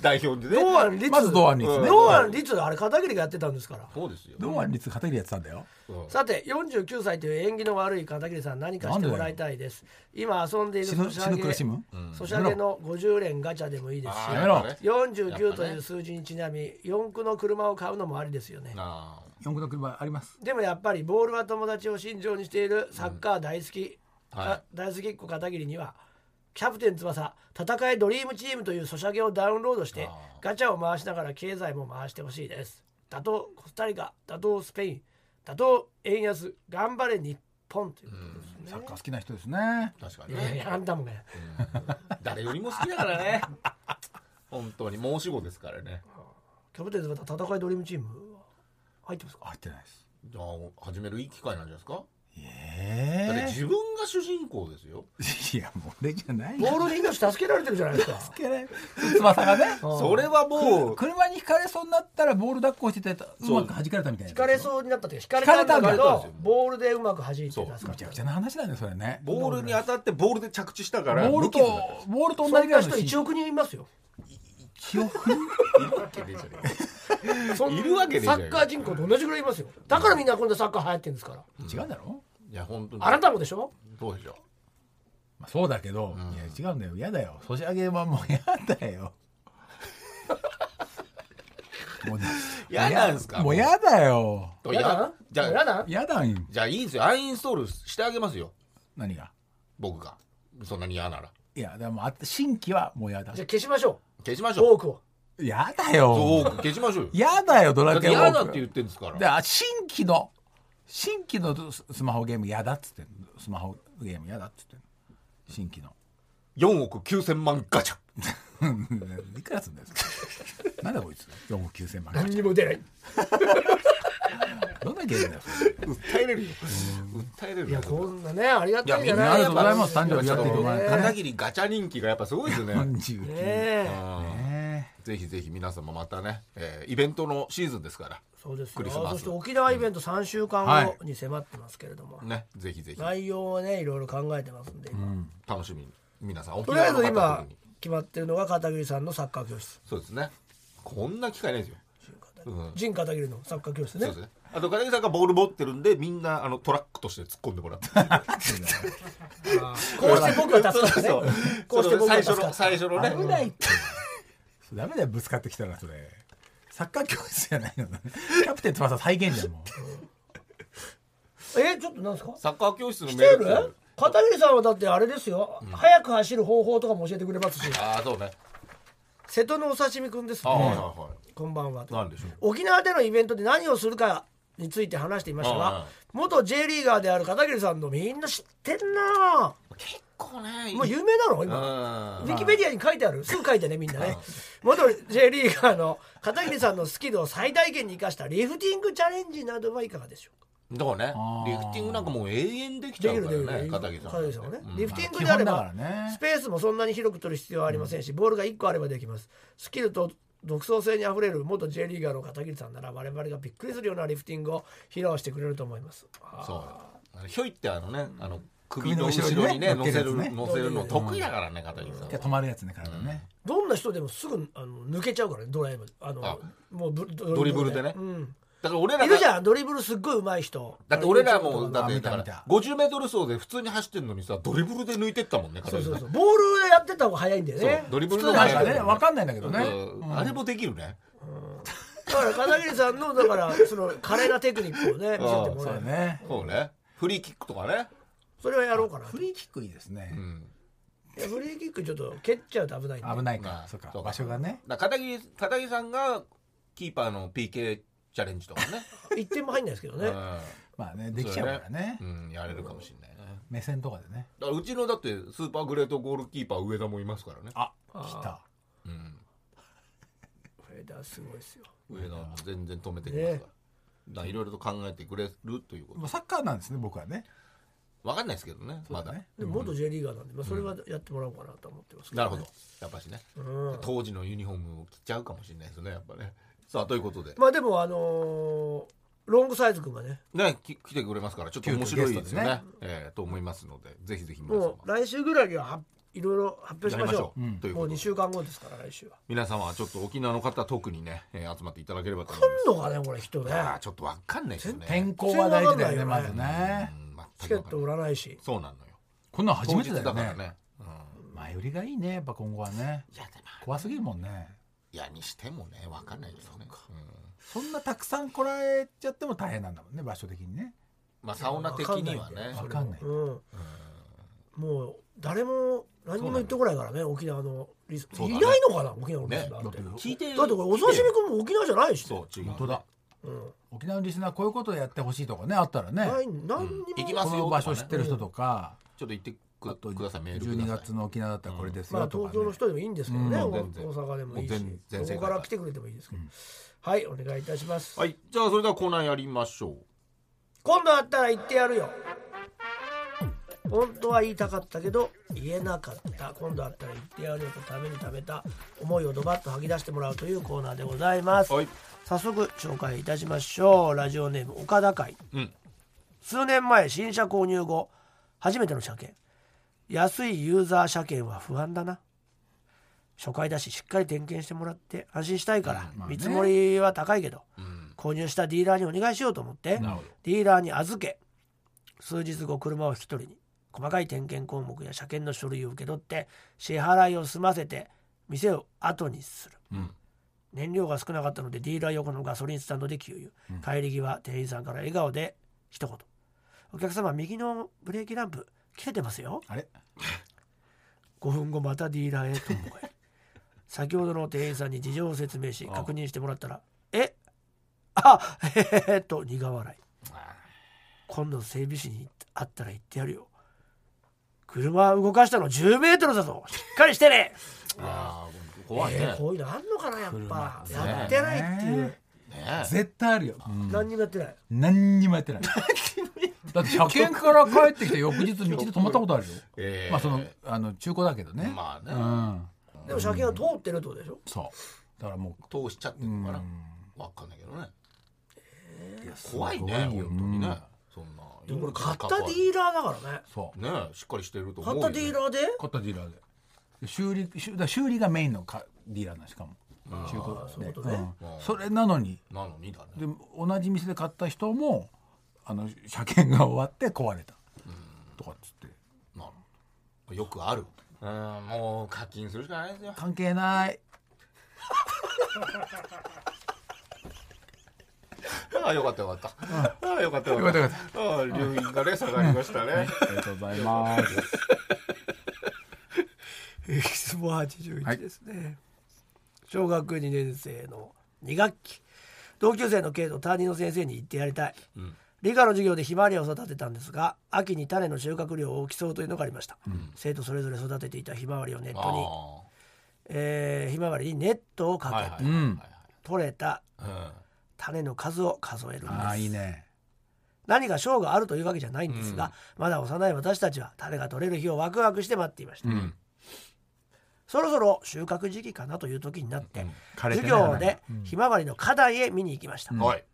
[SPEAKER 3] 代表でね。
[SPEAKER 2] 堂安律
[SPEAKER 4] まず堂安律
[SPEAKER 3] ね
[SPEAKER 2] 堂安律あれ片桐がやってたんですから
[SPEAKER 3] そうですよ。
[SPEAKER 4] 堂安律片桐やってたんだよ
[SPEAKER 3] うん
[SPEAKER 2] さて49歳という縁起の悪い片桐さん何かしてもらいたいです今遊んでいる
[SPEAKER 4] 死ぬ
[SPEAKER 2] ソシ
[SPEAKER 4] 死
[SPEAKER 2] ャ
[SPEAKER 4] ぬ苦し
[SPEAKER 2] ゲ
[SPEAKER 4] む
[SPEAKER 2] ソシャゲの50連ガチャでもいいですし
[SPEAKER 3] あー
[SPEAKER 4] やめろ
[SPEAKER 3] やっぱね
[SPEAKER 2] 49という数字にちなみ4区の車を買うのもありですよね
[SPEAKER 3] あ
[SPEAKER 4] 四駆の車あります
[SPEAKER 2] でもやっぱりボールは友達を心情にしているサッカー大好き、
[SPEAKER 3] はい
[SPEAKER 2] あ大好きっ子片桐にはキャプテン翼戦いドリームチームというソシャゲをダウンロードして
[SPEAKER 3] あ
[SPEAKER 2] ガチャを回しながら経済も回してほしいです打倒コスタリカ打倒スペイン打倒円安頑張れ日本ということです
[SPEAKER 4] サ
[SPEAKER 2] ね
[SPEAKER 4] ッカー好きな人ですね
[SPEAKER 3] ー確か
[SPEAKER 2] い
[SPEAKER 3] に
[SPEAKER 2] やい
[SPEAKER 3] ね。
[SPEAKER 2] やあんたもね
[SPEAKER 3] 誰よりも好きだからね。本当に申し子ですからね。
[SPEAKER 2] キャプテン翼戦いドリームチーム入ってますか
[SPEAKER 4] 入ってないです
[SPEAKER 3] じゃあ始めるいい機会なんじゃないですか。だって
[SPEAKER 4] え
[SPEAKER 3] 自分が主人公ですよ。
[SPEAKER 4] えいやもう俺じゃないよ
[SPEAKER 2] ボールに命助けられてるじゃないですか
[SPEAKER 4] 翼がね
[SPEAKER 3] それはもう
[SPEAKER 4] 車にひかれそうになったらボール抱っこしててうまく弾かれたみたい
[SPEAKER 2] [LAUGHS]
[SPEAKER 4] な
[SPEAKER 2] 引かれ
[SPEAKER 4] う
[SPEAKER 2] そうになったっていうか引かれたんだけ
[SPEAKER 4] 引かれたん
[SPEAKER 2] どボールでうまく弾いて助か
[SPEAKER 4] む
[SPEAKER 2] っ
[SPEAKER 4] ち
[SPEAKER 2] た
[SPEAKER 4] ゃくちゃな話だねそれねボ
[SPEAKER 3] ボールに当たってボールで着地したから。
[SPEAKER 4] ール
[SPEAKER 3] 無傷だった
[SPEAKER 4] とボールと同
[SPEAKER 2] そ
[SPEAKER 4] じ
[SPEAKER 2] ん
[SPEAKER 4] ぐら
[SPEAKER 2] ない
[SPEAKER 4] の
[SPEAKER 2] 人1億人いますよ。
[SPEAKER 4] 記憶
[SPEAKER 2] そん
[SPEAKER 3] いるわけねえじ
[SPEAKER 2] サ
[SPEAKER 3] ゃん
[SPEAKER 2] ッカー人口と同じぐらいいますよ。だからみんな今度サッカー流行ってるんですから。
[SPEAKER 4] 違うだろ
[SPEAKER 3] いや本当に。
[SPEAKER 2] あなたもでしょ
[SPEAKER 3] どうでしょう。
[SPEAKER 4] まあそうだけどいや違うんだよ嫌だよソシャゲはもう嫌だよもうね
[SPEAKER 3] 嫌なんですか。
[SPEAKER 4] もう [LAUGHS] 嫌だよ
[SPEAKER 3] と
[SPEAKER 2] やだ
[SPEAKER 3] じゃ
[SPEAKER 2] や
[SPEAKER 3] あ
[SPEAKER 2] だ
[SPEAKER 4] 嫌だよ
[SPEAKER 3] じゃあいいんですよ。アインストールしてあげますよ。
[SPEAKER 4] 何が
[SPEAKER 3] 僕がそんなに嫌なら
[SPEAKER 4] いやでもあ新規はもう嫌だ
[SPEAKER 2] じゃあ消しましょ
[SPEAKER 3] 消しまし
[SPEAKER 2] う。
[SPEAKER 3] ょう
[SPEAKER 2] 多くを。
[SPEAKER 4] 嫌だ
[SPEAKER 3] そう
[SPEAKER 4] よ
[SPEAKER 3] 消しましょうよ
[SPEAKER 4] 嫌だよド
[SPEAKER 3] だ
[SPEAKER 4] ラ
[SPEAKER 3] って
[SPEAKER 4] ケンウォ
[SPEAKER 3] 嫌
[SPEAKER 4] ーク
[SPEAKER 3] だって言ってんですから
[SPEAKER 4] であ新規の新規のススマホゲーム嫌だっつってんのスマホゲーム嫌だっつってんの新規の [LAUGHS]
[SPEAKER 3] 4億9000万ガチャ
[SPEAKER 4] いくらすんだよそれなんだこいつ4億9000万
[SPEAKER 2] 何にも出ない。
[SPEAKER 4] どんなゲームだよそれ
[SPEAKER 3] 訴えれるよ訴えれる
[SPEAKER 2] いや、
[SPEAKER 3] よ
[SPEAKER 2] こんなね、ありがたいじゃ
[SPEAKER 4] いや
[SPEAKER 2] ない
[SPEAKER 4] あ
[SPEAKER 2] です
[SPEAKER 4] りがとう
[SPEAKER 2] か。
[SPEAKER 4] ございます誕生日や
[SPEAKER 3] や
[SPEAKER 4] っ
[SPEAKER 3] ってて
[SPEAKER 4] い
[SPEAKER 3] る
[SPEAKER 4] ただいて
[SPEAKER 3] 片桐ガチャ人気がやっぱすごいですね
[SPEAKER 4] 49、
[SPEAKER 2] ねえ
[SPEAKER 3] うん
[SPEAKER 4] え
[SPEAKER 3] ぜひぜひ皆様またね、えーイベントのシーズンですから
[SPEAKER 2] そうです
[SPEAKER 3] ク
[SPEAKER 2] よ。
[SPEAKER 3] リスマス
[SPEAKER 2] そして沖縄イベント3週間
[SPEAKER 4] はい
[SPEAKER 2] 後に迫ってますけれども、
[SPEAKER 3] ねぜひぜひ
[SPEAKER 2] 内容はね、いろいろ考えてますんで、今
[SPEAKER 3] 楽しみに皆さん
[SPEAKER 2] とりあえず
[SPEAKER 3] 沖縄の方
[SPEAKER 2] 今
[SPEAKER 3] 特に、
[SPEAKER 2] 決まってるのが片桐さんのサッカー教室。
[SPEAKER 3] そうですねこんな機会ないですようん
[SPEAKER 2] 陣片桐のサッカー教
[SPEAKER 3] そ
[SPEAKER 2] 室
[SPEAKER 3] う
[SPEAKER 2] ね
[SPEAKER 3] で。すねあと片桐さんがボール持ってるんでみんなあのトラックとして突っ込んでも
[SPEAKER 2] [LAUGHS]
[SPEAKER 3] らって
[SPEAKER 2] こうして僕が助かるね
[SPEAKER 3] そう。
[SPEAKER 2] こうして僕が
[SPEAKER 3] 最
[SPEAKER 2] 助
[SPEAKER 3] 初
[SPEAKER 2] か
[SPEAKER 3] の
[SPEAKER 2] る。
[SPEAKER 3] 最初のね
[SPEAKER 4] 危ないってダメだよぶつかってきたらそれサッカー教室じゃないのねキャプテン翼再現じゃんも
[SPEAKER 2] え、ちょっとなんですか
[SPEAKER 3] サッカー教室のメ
[SPEAKER 2] 来
[SPEAKER 3] ー
[SPEAKER 2] て
[SPEAKER 3] ル来て
[SPEAKER 2] る
[SPEAKER 3] る
[SPEAKER 2] 片桐さんはだってあれですよ、早く走る方法とかも教えてくれますし
[SPEAKER 3] ああそうね
[SPEAKER 2] 瀬戸のお刺身くんです
[SPEAKER 3] ああ、はい
[SPEAKER 2] ね
[SPEAKER 3] は
[SPEAKER 2] こんばんはい
[SPEAKER 3] はいなんでしょう
[SPEAKER 2] 沖縄でのイベントで何をするかについて話していました
[SPEAKER 3] はいは
[SPEAKER 2] が
[SPEAKER 3] い
[SPEAKER 2] 元 J リーガーである片桐さんのみんな知ってんな
[SPEAKER 3] 結構ね
[SPEAKER 2] もう有名なの
[SPEAKER 3] う
[SPEAKER 2] 今ウ
[SPEAKER 3] ん
[SPEAKER 2] ィキペディアに書いてあるすぐ書いてねみんなね元 J リーガーの片桐さんのスキルを最大限に生かしたリフティングチャレンジなどはいかがでしょうか
[SPEAKER 3] だからね
[SPEAKER 4] あー
[SPEAKER 3] リフティングなんかもう永遠できち
[SPEAKER 2] で
[SPEAKER 3] ゃ
[SPEAKER 2] き
[SPEAKER 3] う
[SPEAKER 2] る
[SPEAKER 3] か
[SPEAKER 2] できる
[SPEAKER 3] らね片
[SPEAKER 2] 片
[SPEAKER 3] 桐
[SPEAKER 2] 桐
[SPEAKER 3] さん
[SPEAKER 2] さんはね
[SPEAKER 3] うん
[SPEAKER 2] リフティングであれ
[SPEAKER 4] ま
[SPEAKER 2] ば
[SPEAKER 4] あ基本だからね
[SPEAKER 2] スペースもそんなに広く取る必要はありませんしボールが1個あればできますスキルと独創性にあふれる元 J リーガーの片桐さんなら我々がびっくりするようなリフティングを披露してくれると思いますあー
[SPEAKER 3] そうあのひょいってあのねあの首の
[SPEAKER 4] 首
[SPEAKER 3] 後
[SPEAKER 4] の後ろ
[SPEAKER 3] ろ
[SPEAKER 4] に
[SPEAKER 3] に
[SPEAKER 4] ね
[SPEAKER 3] ね乗せる
[SPEAKER 4] 乗っけるやつね
[SPEAKER 3] 乗せるの得意だからね片桐さん
[SPEAKER 4] ういや止まるやつね体ね、
[SPEAKER 2] どんな人でもすぐあの抜けちゃうからねドライブあの
[SPEAKER 3] あ
[SPEAKER 2] もうブ
[SPEAKER 3] ドリブルでね
[SPEAKER 2] うん
[SPEAKER 3] だから俺ら
[SPEAKER 2] いるじ
[SPEAKER 3] が
[SPEAKER 2] ゃんドリブルすっごい上手い人
[SPEAKER 3] だって俺らもだっ
[SPEAKER 4] あ
[SPEAKER 3] て
[SPEAKER 4] 見た
[SPEAKER 3] だか
[SPEAKER 4] 見た
[SPEAKER 3] ら50メートル走で普通に走ってんのにさドリブルで抜いてったもんね片
[SPEAKER 2] そう
[SPEAKER 3] 桐
[SPEAKER 2] そう
[SPEAKER 3] さ
[SPEAKER 2] そ
[SPEAKER 3] ん
[SPEAKER 2] うボールでやってた方が早いんだよね
[SPEAKER 3] そうドリブル
[SPEAKER 2] 普
[SPEAKER 3] の
[SPEAKER 2] 通
[SPEAKER 3] 方が
[SPEAKER 4] なん
[SPEAKER 2] だ
[SPEAKER 3] 早
[SPEAKER 4] か
[SPEAKER 3] い
[SPEAKER 4] ね分かんないんだけどね、
[SPEAKER 3] うんあれもできるね
[SPEAKER 2] から片桐さんのだからその華麗なテクニックをね見せても
[SPEAKER 4] そ
[SPEAKER 2] ら
[SPEAKER 4] うだ
[SPEAKER 2] える
[SPEAKER 4] ね
[SPEAKER 3] そうねフリーキックとかね
[SPEAKER 2] それはやろうかなと
[SPEAKER 4] フリーキックいいですね、
[SPEAKER 3] うん
[SPEAKER 2] いやフリーキックちょっと蹴っちゃうと危ないんで
[SPEAKER 4] 危ないか、
[SPEAKER 3] まあ
[SPEAKER 4] そうか
[SPEAKER 3] そうか
[SPEAKER 4] 場所がね
[SPEAKER 3] だから片桐片桐さんがキーパーの PK チャレンジとか
[SPEAKER 4] [LAUGHS]
[SPEAKER 3] ね
[SPEAKER 2] 一点も入んないですけど
[SPEAKER 3] う
[SPEAKER 2] ね
[SPEAKER 3] ん
[SPEAKER 4] まあねできちゃうからね
[SPEAKER 3] うん、やれるかもしれないね
[SPEAKER 4] 目線とかでね
[SPEAKER 3] だからうちのだってスーパーグレートゴールキーパー上田もいますからね
[SPEAKER 4] あ
[SPEAKER 2] あー
[SPEAKER 4] 来た
[SPEAKER 3] うん、
[SPEAKER 2] フェーダーすごいですよ
[SPEAKER 3] 上田も全然止めてきますから,、
[SPEAKER 2] ね
[SPEAKER 3] だからいろいろと考えてくれるというこ
[SPEAKER 4] もうサッカーなんですね僕はね
[SPEAKER 3] とわかんないですけどねまだ
[SPEAKER 4] ね
[SPEAKER 2] でも元 J リーガーなんで、まあ、それはやってもらおうかなと思ってますけ
[SPEAKER 3] な
[SPEAKER 2] ど、
[SPEAKER 3] るほ
[SPEAKER 2] ね、
[SPEAKER 3] どやっぱしね、
[SPEAKER 2] うん
[SPEAKER 3] 当時のユニフォームを着ちゃうかもしれないですねやっぱねさあということで
[SPEAKER 2] まあでもあのーロングサイズ君がね
[SPEAKER 3] ねき来てくれますからちょっと面白いですよね
[SPEAKER 4] 急遽ゲス
[SPEAKER 3] えーと思いますのでぜひぜひ皆様
[SPEAKER 2] もう来週ぐらいにははいろいろ発表し
[SPEAKER 3] やり
[SPEAKER 2] ま
[SPEAKER 3] ま
[SPEAKER 2] し
[SPEAKER 3] し
[SPEAKER 2] ょ
[SPEAKER 3] ょ
[SPEAKER 2] う
[SPEAKER 3] う、という
[SPEAKER 2] も
[SPEAKER 3] こ
[SPEAKER 2] う
[SPEAKER 3] と
[SPEAKER 2] 2
[SPEAKER 3] で
[SPEAKER 2] 週間後ですから来週は
[SPEAKER 3] 皆様はちょっと沖縄の方特にね、えー集まっていただければと思い
[SPEAKER 2] 来んのかねこれ人ね
[SPEAKER 3] ますあーちょっとわかんないですよね
[SPEAKER 4] 天候は大事だよね
[SPEAKER 2] 全然わ
[SPEAKER 4] ま
[SPEAKER 2] か
[SPEAKER 4] ず
[SPEAKER 2] ん
[SPEAKER 4] ね
[SPEAKER 3] うん全
[SPEAKER 2] チ
[SPEAKER 3] く
[SPEAKER 2] ケッ
[SPEAKER 3] わか
[SPEAKER 2] ト
[SPEAKER 3] ん
[SPEAKER 2] 売
[SPEAKER 3] ない
[SPEAKER 2] らないし
[SPEAKER 3] そうなのよ
[SPEAKER 4] こんなん初めてだ
[SPEAKER 3] 当日
[SPEAKER 4] よ
[SPEAKER 3] から
[SPEAKER 4] ね
[SPEAKER 3] ね、うん、
[SPEAKER 4] 前売りがいいねやっぱ今後はね
[SPEAKER 3] いやでも
[SPEAKER 4] 怖すぎるもんね
[SPEAKER 3] いやにしてもねわかんないですよね、うん
[SPEAKER 4] そんなたくさん来られちゃっても大変なんだもんね場所的にね
[SPEAKER 3] まあサウナ的にはね
[SPEAKER 4] わかんない
[SPEAKER 2] うんもう誰も何にも言ってこないからね沖縄のリス、
[SPEAKER 3] そう
[SPEAKER 2] い
[SPEAKER 3] だね
[SPEAKER 2] ないのかな沖縄のリス
[SPEAKER 3] ね
[SPEAKER 2] ナーって、だ
[SPEAKER 3] 聞いて
[SPEAKER 2] ってこれお刺身
[SPEAKER 3] く
[SPEAKER 2] 君も沖縄じゃないし、ね、
[SPEAKER 3] そう違う
[SPEAKER 4] 本当だ
[SPEAKER 2] うん
[SPEAKER 4] 沖縄のリスナーこういうことをやってほしいとかねあったらね
[SPEAKER 2] ない何にも、
[SPEAKER 3] 行きま
[SPEAKER 4] こ
[SPEAKER 3] す
[SPEAKER 4] の
[SPEAKER 3] よ
[SPEAKER 4] 場所知ってる人
[SPEAKER 3] とかね
[SPEAKER 4] とか
[SPEAKER 3] ちょっと行って
[SPEAKER 4] あと
[SPEAKER 3] くくださいメールくださ
[SPEAKER 4] 12
[SPEAKER 3] い
[SPEAKER 4] 月の沖縄だったらこれです
[SPEAKER 2] まあ
[SPEAKER 4] よと
[SPEAKER 2] 東
[SPEAKER 4] かね
[SPEAKER 2] 京の人でもいいんですけどね、
[SPEAKER 4] うん
[SPEAKER 2] 大
[SPEAKER 3] 全然
[SPEAKER 2] 大阪でもいい
[SPEAKER 3] もう
[SPEAKER 2] し
[SPEAKER 3] 全
[SPEAKER 2] ど
[SPEAKER 3] 全然
[SPEAKER 2] こから来てくれてもいいですけど、はいお願いいたします、
[SPEAKER 3] はいじゃあそれではコーナーやりましょう
[SPEAKER 2] 今度会ったら言ってやるよ本当は言いたかったけど言えなかった今度会ったら言ってやるよとために貯めた思いをドバッと吐き出してもらうというコーナーでございます、
[SPEAKER 3] はい
[SPEAKER 2] 早速紹介いたしましょうラジオネーム岡田会
[SPEAKER 3] うん
[SPEAKER 2] 数年前新車購入後初めての車検安いユーザー車検は不安だな初回だししっかり点検してもらって安心したいから、
[SPEAKER 4] まあね
[SPEAKER 2] 見積もりは高いけど
[SPEAKER 3] うん
[SPEAKER 2] 購入したディーラーにお願いしようと思って
[SPEAKER 4] なるほど
[SPEAKER 2] ディーラーに預け数日後車を引き取りに細かい点検項目や車検の書類を受け取って支払いを済ませて店を後にする
[SPEAKER 3] うん
[SPEAKER 2] 燃料が少なかったのでディーラー横のガソリンスタンドで給油、帰り際店員さんから笑顔で一言「お客様右のブレーキランプ切れてますよ
[SPEAKER 4] あれ」
[SPEAKER 2] 5分後またディーラーへとも
[SPEAKER 3] [LAUGHS]
[SPEAKER 2] へ先ほどの店員さんに事情を説明し
[SPEAKER 3] あ
[SPEAKER 2] 確認してもらったら「えあ [LAUGHS] えへへへ」と苦笑い
[SPEAKER 3] あ
[SPEAKER 2] 今度整備士に会ったら言ってやるよ車動かしたの1 0メートルだぞしっかりしてね
[SPEAKER 3] ーあー怖いね
[SPEAKER 2] えーこういうのあんのかなやっぱ、
[SPEAKER 4] 車
[SPEAKER 2] やってないっていう、
[SPEAKER 4] ね
[SPEAKER 3] ね
[SPEAKER 4] 絶対あるよ、うん
[SPEAKER 2] 何にもやってない
[SPEAKER 4] 何にもやってないだって車検から帰ってきて翌日道で止まったことあるよ、
[SPEAKER 3] えー
[SPEAKER 4] まあそのあの中古だけどね
[SPEAKER 3] まあね
[SPEAKER 2] でも車検は通ってるってことでしょ
[SPEAKER 4] うん、そうだからも
[SPEAKER 3] 通しちゃってるのかなわかんないけどね怖いね
[SPEAKER 4] すごいよ
[SPEAKER 3] 本当に
[SPEAKER 4] う
[SPEAKER 3] ね
[SPEAKER 4] ん
[SPEAKER 3] そんな
[SPEAKER 2] でもこれ買ったディーラーだからね
[SPEAKER 4] うそう
[SPEAKER 3] ねしっかりしてると思
[SPEAKER 2] 買
[SPEAKER 3] う
[SPEAKER 2] っ
[SPEAKER 3] よ
[SPEAKER 2] たディーラーで
[SPEAKER 4] 買ったディーラーでで修理修だから修理がメインのかディーラーなんしかも中古で
[SPEAKER 2] そういうことね
[SPEAKER 4] うんそれなのに
[SPEAKER 3] なのにだね
[SPEAKER 4] で同じ店で買った人もあの車検が終わって壊れたとかっつって
[SPEAKER 3] なるほどよくあるうんもう課金するしかないですよ
[SPEAKER 4] 関係ない
[SPEAKER 3] [LAUGHS] ああよかったよかったああよかったよ
[SPEAKER 4] よかっ
[SPEAKER 3] ああ留飲がね下がりましたね
[SPEAKER 4] ありがとうございます
[SPEAKER 2] 質問81ですね、小学2年生の2学期同級生の生と担任の先生に言ってやりたい、理科の授業でひまわりを育てたんですが秋に種の収穫量を競うというのがありました、生徒それぞれ育てていたひまわりをネッ
[SPEAKER 3] あ
[SPEAKER 2] トに、えーひまわりにネットをか
[SPEAKER 3] あはいは
[SPEAKER 2] けて、
[SPEAKER 3] いはいはい
[SPEAKER 2] 取れた
[SPEAKER 3] はい
[SPEAKER 2] 種の数を数えるんです
[SPEAKER 4] ああいいね
[SPEAKER 2] 何か賞があるというわけじゃないんですが、まだ幼い私たちは種が取れる日をワクワクして待っていました、
[SPEAKER 3] ん
[SPEAKER 2] そろそろ収穫時期かなという時になって、
[SPEAKER 4] 枯れて
[SPEAKER 2] 授
[SPEAKER 4] ね
[SPEAKER 2] 業でひまわりの花壇へ見に行きました、
[SPEAKER 3] うんはい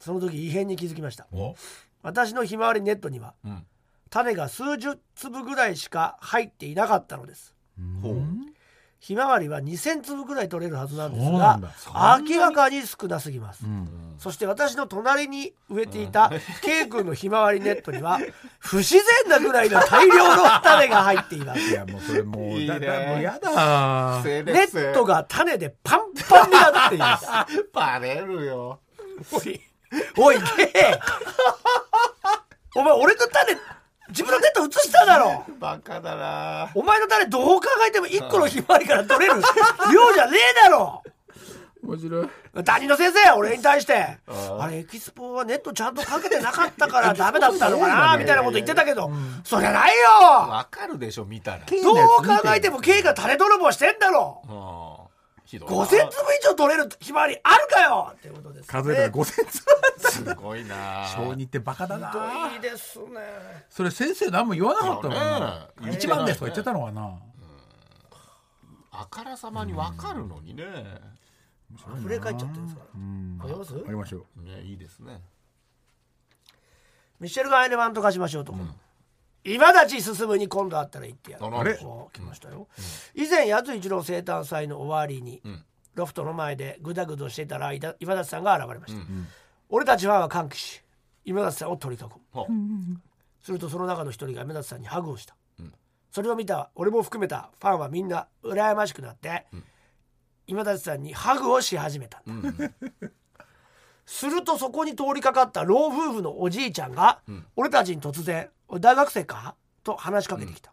[SPEAKER 2] その時異変に気づきました
[SPEAKER 4] お
[SPEAKER 2] 私のひまわりネットには
[SPEAKER 3] うん
[SPEAKER 2] 種が数十粒ぐらいしか入っていなかったのです
[SPEAKER 3] ほう
[SPEAKER 2] ひまわりは2,000粒ぐらい取れるはずなんです
[SPEAKER 4] そうなん
[SPEAKER 2] が
[SPEAKER 4] だ
[SPEAKER 2] 明らかに少なすぎます、そして私の隣に植えていた K 君のひまわりネットには不自然なぐらいの大量の種が入っていま
[SPEAKER 4] い
[SPEAKER 2] す [LAUGHS]
[SPEAKER 4] やもうそれもう
[SPEAKER 3] いいね
[SPEAKER 4] だだもうやだ
[SPEAKER 3] ネ
[SPEAKER 2] ネットが種でパンパンになっています
[SPEAKER 3] バレるよ
[SPEAKER 2] [LAUGHS] おいおい K お前俺の種自分のネット映しただろ
[SPEAKER 3] バカだな
[SPEAKER 2] お前の種どう考えても1個のひまわりから取れる量じゃねえだろ
[SPEAKER 4] 面白い
[SPEAKER 2] 担任の先生俺に対してあれエキスポはネットちゃんとかけてなかったからダメだったのかなみたいなこと言ってたけどそりゃないよ
[SPEAKER 3] わかるでしょ見たら
[SPEAKER 2] どう考えても K が種泥棒してんだろ
[SPEAKER 3] ああひどいな
[SPEAKER 2] 5000粒以上取れるひまわりあるかよっていうことですね
[SPEAKER 4] 数えたら五千つ
[SPEAKER 3] すごいな
[SPEAKER 4] 小児ってバカだな
[SPEAKER 2] ひどいですね
[SPEAKER 4] それ先生何も言わなかったの
[SPEAKER 3] だ
[SPEAKER 4] か
[SPEAKER 3] よね
[SPEAKER 4] な一番ですとか言ってたのかな
[SPEAKER 3] あからさまにわかるのにね
[SPEAKER 2] 触れ返っちゃってるんですから
[SPEAKER 4] うん
[SPEAKER 2] わかります
[SPEAKER 4] ありましょう
[SPEAKER 3] ねいいですね
[SPEAKER 2] ミシェルガンエレファント化しましょうと、今立ち進むに今度会ったら言ってやる
[SPEAKER 3] あれ
[SPEAKER 2] お来ましたよ、以前八津一郎生誕祭の終わりに、ロフトの前でグダグダしてたらいた今立さんが現れました、俺たちファンは歓喜し今立さんを取り囲む
[SPEAKER 3] は
[SPEAKER 2] するとその中の一人が目立さんにハグをした、それを見た俺も含めたファンはみんな羨ましくなって、今立さんにハグをし始めたんだ、するとそこに通りかかった老夫婦のおじいちゃんが、俺たちに突然「大学生か?」と話しかけてきた、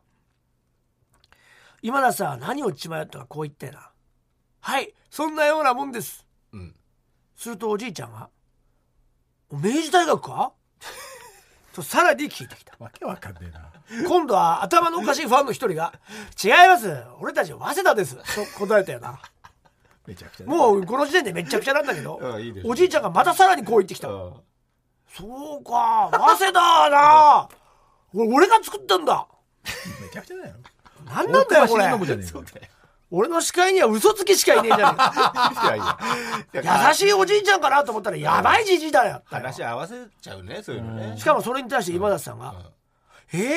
[SPEAKER 2] 今田さんは何を言っちまったかこう言ってなはいそんなようなもんです、
[SPEAKER 3] ん
[SPEAKER 2] するとおじいちゃんは「明治大学か?」 [LAUGHS] とさらに聞いてきた
[SPEAKER 4] わけわかんねえな。
[SPEAKER 2] 今度は頭のおかしいファンの一人が「違います俺たちは早稲田です」と答えたよな
[SPEAKER 4] めちゃくちゃだ。
[SPEAKER 2] もうこの時点でめっちゃくちゃなんだけど
[SPEAKER 3] あいいですね
[SPEAKER 2] おじいちゃんがまたさらにこう言ってきた
[SPEAKER 3] あ
[SPEAKER 2] そうか早稲田な俺俺が作ったんだ
[SPEAKER 4] めちゃくちゃだよ。
[SPEAKER 2] 何なんだよこれ
[SPEAKER 4] 大隈重信じゃねえか
[SPEAKER 2] 俺の視界には嘘つきしかいねえじゃ
[SPEAKER 3] いやい [LAUGHS] やい
[SPEAKER 2] ねえ優しいおじいちゃんかなと思ったらやばいじじいだよ
[SPEAKER 3] 話合わせちゃうねそういうのね
[SPEAKER 2] しかもそれに対して今田さんが「えー、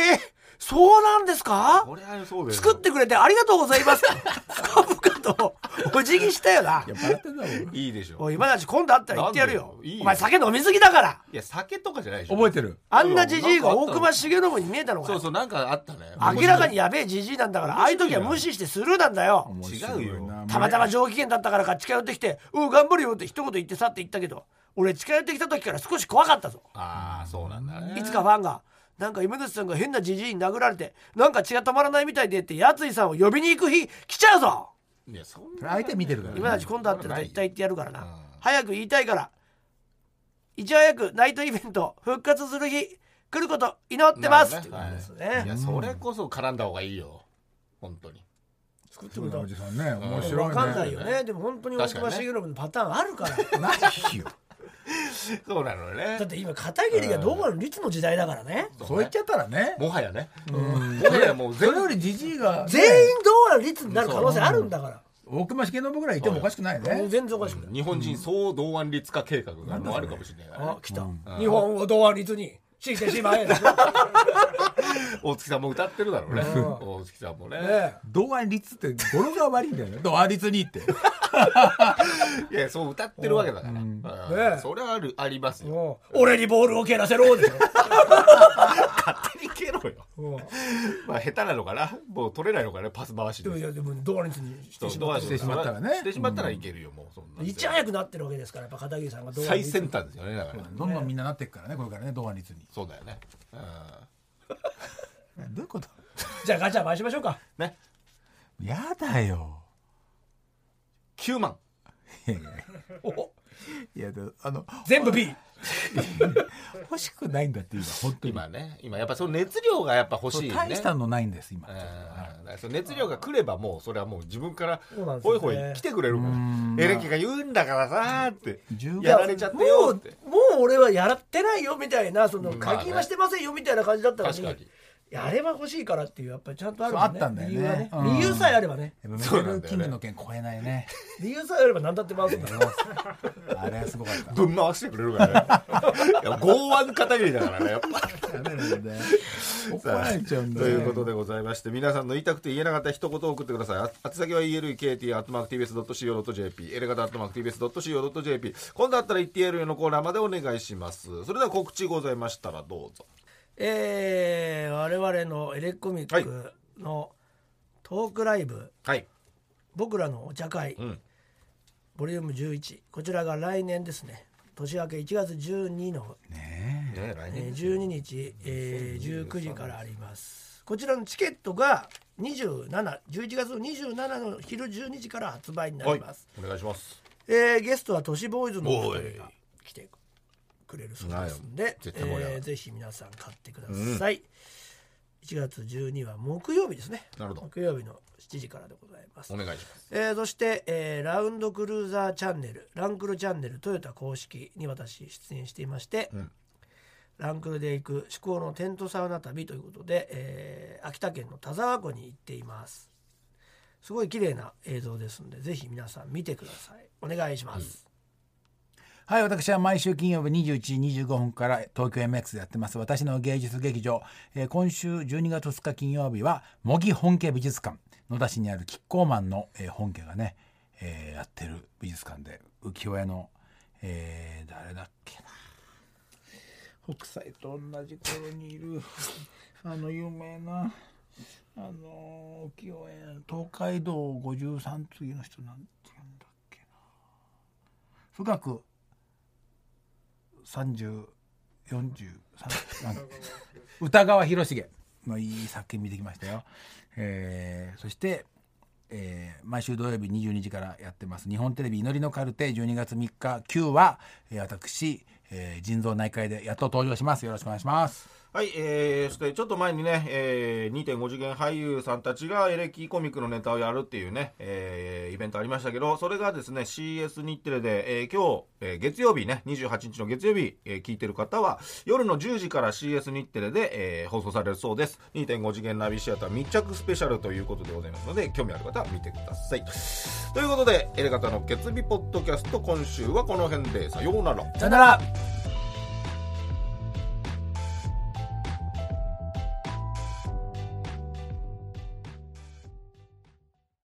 [SPEAKER 2] そうなんですか?」
[SPEAKER 3] これはそうだよ
[SPEAKER 2] 作ってくれてありがとうございます。深々とお辞儀したよな。
[SPEAKER 4] いや、笑ってんだもん。
[SPEAKER 3] いいでしょ
[SPEAKER 2] おい、今たち今度会ったら言ってやる
[SPEAKER 3] なん
[SPEAKER 2] よ
[SPEAKER 3] でよいい。よ
[SPEAKER 2] お前酒飲みすぎだから。
[SPEAKER 3] いや酒とかじゃないでしょ
[SPEAKER 4] 覚えてる。
[SPEAKER 2] あんなじじいが
[SPEAKER 3] なん
[SPEAKER 2] 大
[SPEAKER 3] かあったの
[SPEAKER 2] 隈重信に見えたのか
[SPEAKER 3] そう
[SPEAKER 2] よ。
[SPEAKER 3] そうなんかあったね
[SPEAKER 2] 明らかにやべえじじいなんだから、ああいう時は無視してスルーなんだよ。
[SPEAKER 4] 面
[SPEAKER 3] 違
[SPEAKER 4] 白
[SPEAKER 3] う
[SPEAKER 4] い
[SPEAKER 3] よ
[SPEAKER 4] な
[SPEAKER 2] たまたま上機嫌だったからか近寄ってきて「うん頑張るよ」って一言言って去って言ったけど俺近寄ってきた時から少し怖かったぞ
[SPEAKER 3] ああそうなんだね
[SPEAKER 2] いつかファンが「なんか今口さんが変なじじいに殴られてなんか血が止まらないみたいで」ってやついさんを呼びに行く日来ちゃうぞ
[SPEAKER 3] いやそん
[SPEAKER 4] それ
[SPEAKER 3] な
[SPEAKER 4] 相手見てるからね。
[SPEAKER 2] 今たち今度会ったら絶対言ってやるからな、
[SPEAKER 3] うん
[SPEAKER 2] 早く言いたいからいち早くナイトイベント復活する日来ること祈ってます、っていうことですね、
[SPEAKER 3] いやそれこそ絡んだ方がいいよ本当に
[SPEAKER 2] 作って
[SPEAKER 4] そ
[SPEAKER 2] く
[SPEAKER 4] う
[SPEAKER 2] れ
[SPEAKER 4] だ
[SPEAKER 2] た
[SPEAKER 4] おじさんね、面白いね。
[SPEAKER 2] 分かんないよ
[SPEAKER 3] 面白い
[SPEAKER 2] ねでも本当に大隈重信のパターンある [LAUGHS] から、
[SPEAKER 4] ないよ。
[SPEAKER 3] そうなのね
[SPEAKER 2] だって今片桐がどうなの律の時代だからね、
[SPEAKER 4] そう言っちゃったらね。
[SPEAKER 3] もはやねもはやもう
[SPEAKER 4] そ
[SPEAKER 3] 全
[SPEAKER 4] れよりじじいが、
[SPEAKER 2] 全員どうなの律になる可能性あるんだから、
[SPEAKER 4] 大隈重信ぐらいいてもおかしくないね。
[SPEAKER 2] 全然おかしくない、
[SPEAKER 3] 日本人総動員律化計画がもうあるかもしれないから
[SPEAKER 2] あ
[SPEAKER 3] ね
[SPEAKER 2] 来た、日本をどうなの律に強いてしま [LAUGHS] えでしょ
[SPEAKER 3] 大月さんも歌ってるだろうね大月さんもね
[SPEAKER 2] ね
[SPEAKER 4] 同安率って語呂が悪いんだよね。同安率にって。
[SPEAKER 3] いやそう歌ってるわけだからう
[SPEAKER 2] ね
[SPEAKER 3] んそれはあるあります
[SPEAKER 2] え
[SPEAKER 3] よ
[SPEAKER 2] もう俺にボールを蹴らせろでしょ
[SPEAKER 3] 勝手に蹴ろよまあ下手なのかなもう取れないのかねパス回し
[SPEAKER 2] でもい
[SPEAKER 3] で
[SPEAKER 2] やでもドアに [LAUGHS] してしま
[SPEAKER 3] ド
[SPEAKER 2] っ
[SPEAKER 3] ア
[SPEAKER 2] た
[SPEAKER 3] に
[SPEAKER 2] し
[SPEAKER 3] してしまったらね
[SPEAKER 4] し
[SPEAKER 3] してて
[SPEAKER 4] し
[SPEAKER 3] しま
[SPEAKER 4] まっ
[SPEAKER 3] ったた
[SPEAKER 4] ら
[SPEAKER 3] ら
[SPEAKER 4] ね
[SPEAKER 3] いけるよもうそんなん
[SPEAKER 2] いち早くなってるわけですからやっぱ片桐さんがドアに
[SPEAKER 3] 最先端ですよねだから
[SPEAKER 4] どんどんみんななっていくからね、これからね、同安率に。
[SPEAKER 3] そうだよねうん
[SPEAKER 4] どういうこと
[SPEAKER 2] じゃあガチャ回しましょうか
[SPEAKER 3] ね
[SPEAKER 4] やだよ。
[SPEAKER 3] 9万
[SPEAKER 2] お
[SPEAKER 4] いや、であの、
[SPEAKER 2] 全部 B
[SPEAKER 4] 欲しくないんだって今、本当に。
[SPEAKER 3] 今ね今やっぱその熱量がやっぱ欲しいね
[SPEAKER 4] 大したのないんです、今。
[SPEAKER 3] うんだからその熱量が来ればもうそれはもう自分から
[SPEAKER 2] そうなんですよ
[SPEAKER 3] ホイ
[SPEAKER 2] ね
[SPEAKER 3] ホイ来てくれるもんエレキが言うんだからさーって
[SPEAKER 4] 15
[SPEAKER 3] やられちゃってよって
[SPEAKER 2] もうもう俺はやらってないよみたいなその
[SPEAKER 3] まあね
[SPEAKER 2] 課金はしてませんよみたいな感じだったのに,、
[SPEAKER 3] 確かに
[SPEAKER 2] やれば欲しいからっていうやっぱりちゃんとある
[SPEAKER 4] そうあったんだよね
[SPEAKER 2] 理由はね、
[SPEAKER 4] うん
[SPEAKER 2] 理由さえあればね
[SPEAKER 4] やっぱメ
[SPEAKER 3] そう
[SPEAKER 4] タ
[SPEAKER 3] なん
[SPEAKER 4] ル
[SPEAKER 3] だ
[SPEAKER 4] キ
[SPEAKER 3] よ
[SPEAKER 4] ン
[SPEAKER 3] ね
[SPEAKER 4] グの件超えないね。
[SPEAKER 2] 理由さえあれば何だって回すんだよ
[SPEAKER 4] あれはすごかった。
[SPEAKER 3] ぶん回してくれるからねいや剛腕片桐だからねやっぱ
[SPEAKER 4] ダメなんだよ [LAUGHS] 怒られちゃうんだ
[SPEAKER 3] と
[SPEAKER 4] よ。
[SPEAKER 3] いうことでございまして皆さんの言いたくて言えなかった一言を送ってくださいあ宛先は elekt.tbs.co.jp エレガタ .tbs.co.jp 今度あったら言ってやるよのコーナーまでお願いしますそれでは告知ございましたらどうぞ
[SPEAKER 2] えー、我々のエレコミックのトークライブ、
[SPEAKER 3] はい
[SPEAKER 2] 僕らのお茶会、
[SPEAKER 3] ん
[SPEAKER 2] ボリューム11こちらが来年ですね年明け1月12の、
[SPEAKER 3] ね来
[SPEAKER 2] えー
[SPEAKER 3] 年
[SPEAKER 2] 12日、えー19時からありますこちらのチケットが2711月の27の昼12時から発売にな
[SPEAKER 3] は
[SPEAKER 2] り
[SPEAKER 3] い
[SPEAKER 2] ます、
[SPEAKER 3] お願いします
[SPEAKER 2] えーゲストは都市ボーイズのお二
[SPEAKER 3] おい
[SPEAKER 2] 人が来てくれるそうですん
[SPEAKER 3] はい
[SPEAKER 2] で、
[SPEAKER 3] 絶対盛り上がる
[SPEAKER 2] えーぜひ皆さん買ってください、1月12は木曜日ですね
[SPEAKER 3] なるほど
[SPEAKER 2] 木曜日の7時からでございます
[SPEAKER 3] お願いします
[SPEAKER 2] えーそして、えーラウンドクルーザーチャンネルランクルチャンネルトヨタ公式に私出演していまして、ランクルで行く至高のテントサウナ旅ということで、えー秋田県の田沢湖に行っていますすごい綺麗な映像ですのでぜひ皆さん見てくださいお願いします、
[SPEAKER 4] はい私は毎週金曜日21時25分から東京 MX でやってます私の芸術劇場、えー今週12月2日金曜日は茂木本家美術館野田市にあるキッコーマンの、えー本家がね、えーやってる美術館で浮世絵の、えー誰だっけな北斎と同じ頃にいる [LAUGHS] あの有名なあの浮世絵東海道53次の人なんて言うんだっけな富岳三十四十三歌川広重のいい作品見てきましたよ、えーそして、えー毎週土曜日22時からやってます日本テレビ祈りのカルテ12月3日9は、えー私、えー腎臓内科医でやっと登場しますよろしくお願いします
[SPEAKER 3] はい、えー、そしてちょっと前にね、えー、2.5次元俳優さんたちがエレキコミックのネタをやるっていうね、えー、イベントありましたけど、それがですね、CS 日テレで、えー、今日、えー月曜日ね、28日の月曜日、えー聞いてる方は、夜の10時から CS 日テレで、えー放送されるそうです。2.5次元ナビシアター密着スペシャルということでございますので、興味ある方は見てください。ということで、エレガタの決意ポッドキャスト、今週はこの辺で、さようなら。
[SPEAKER 4] さよなら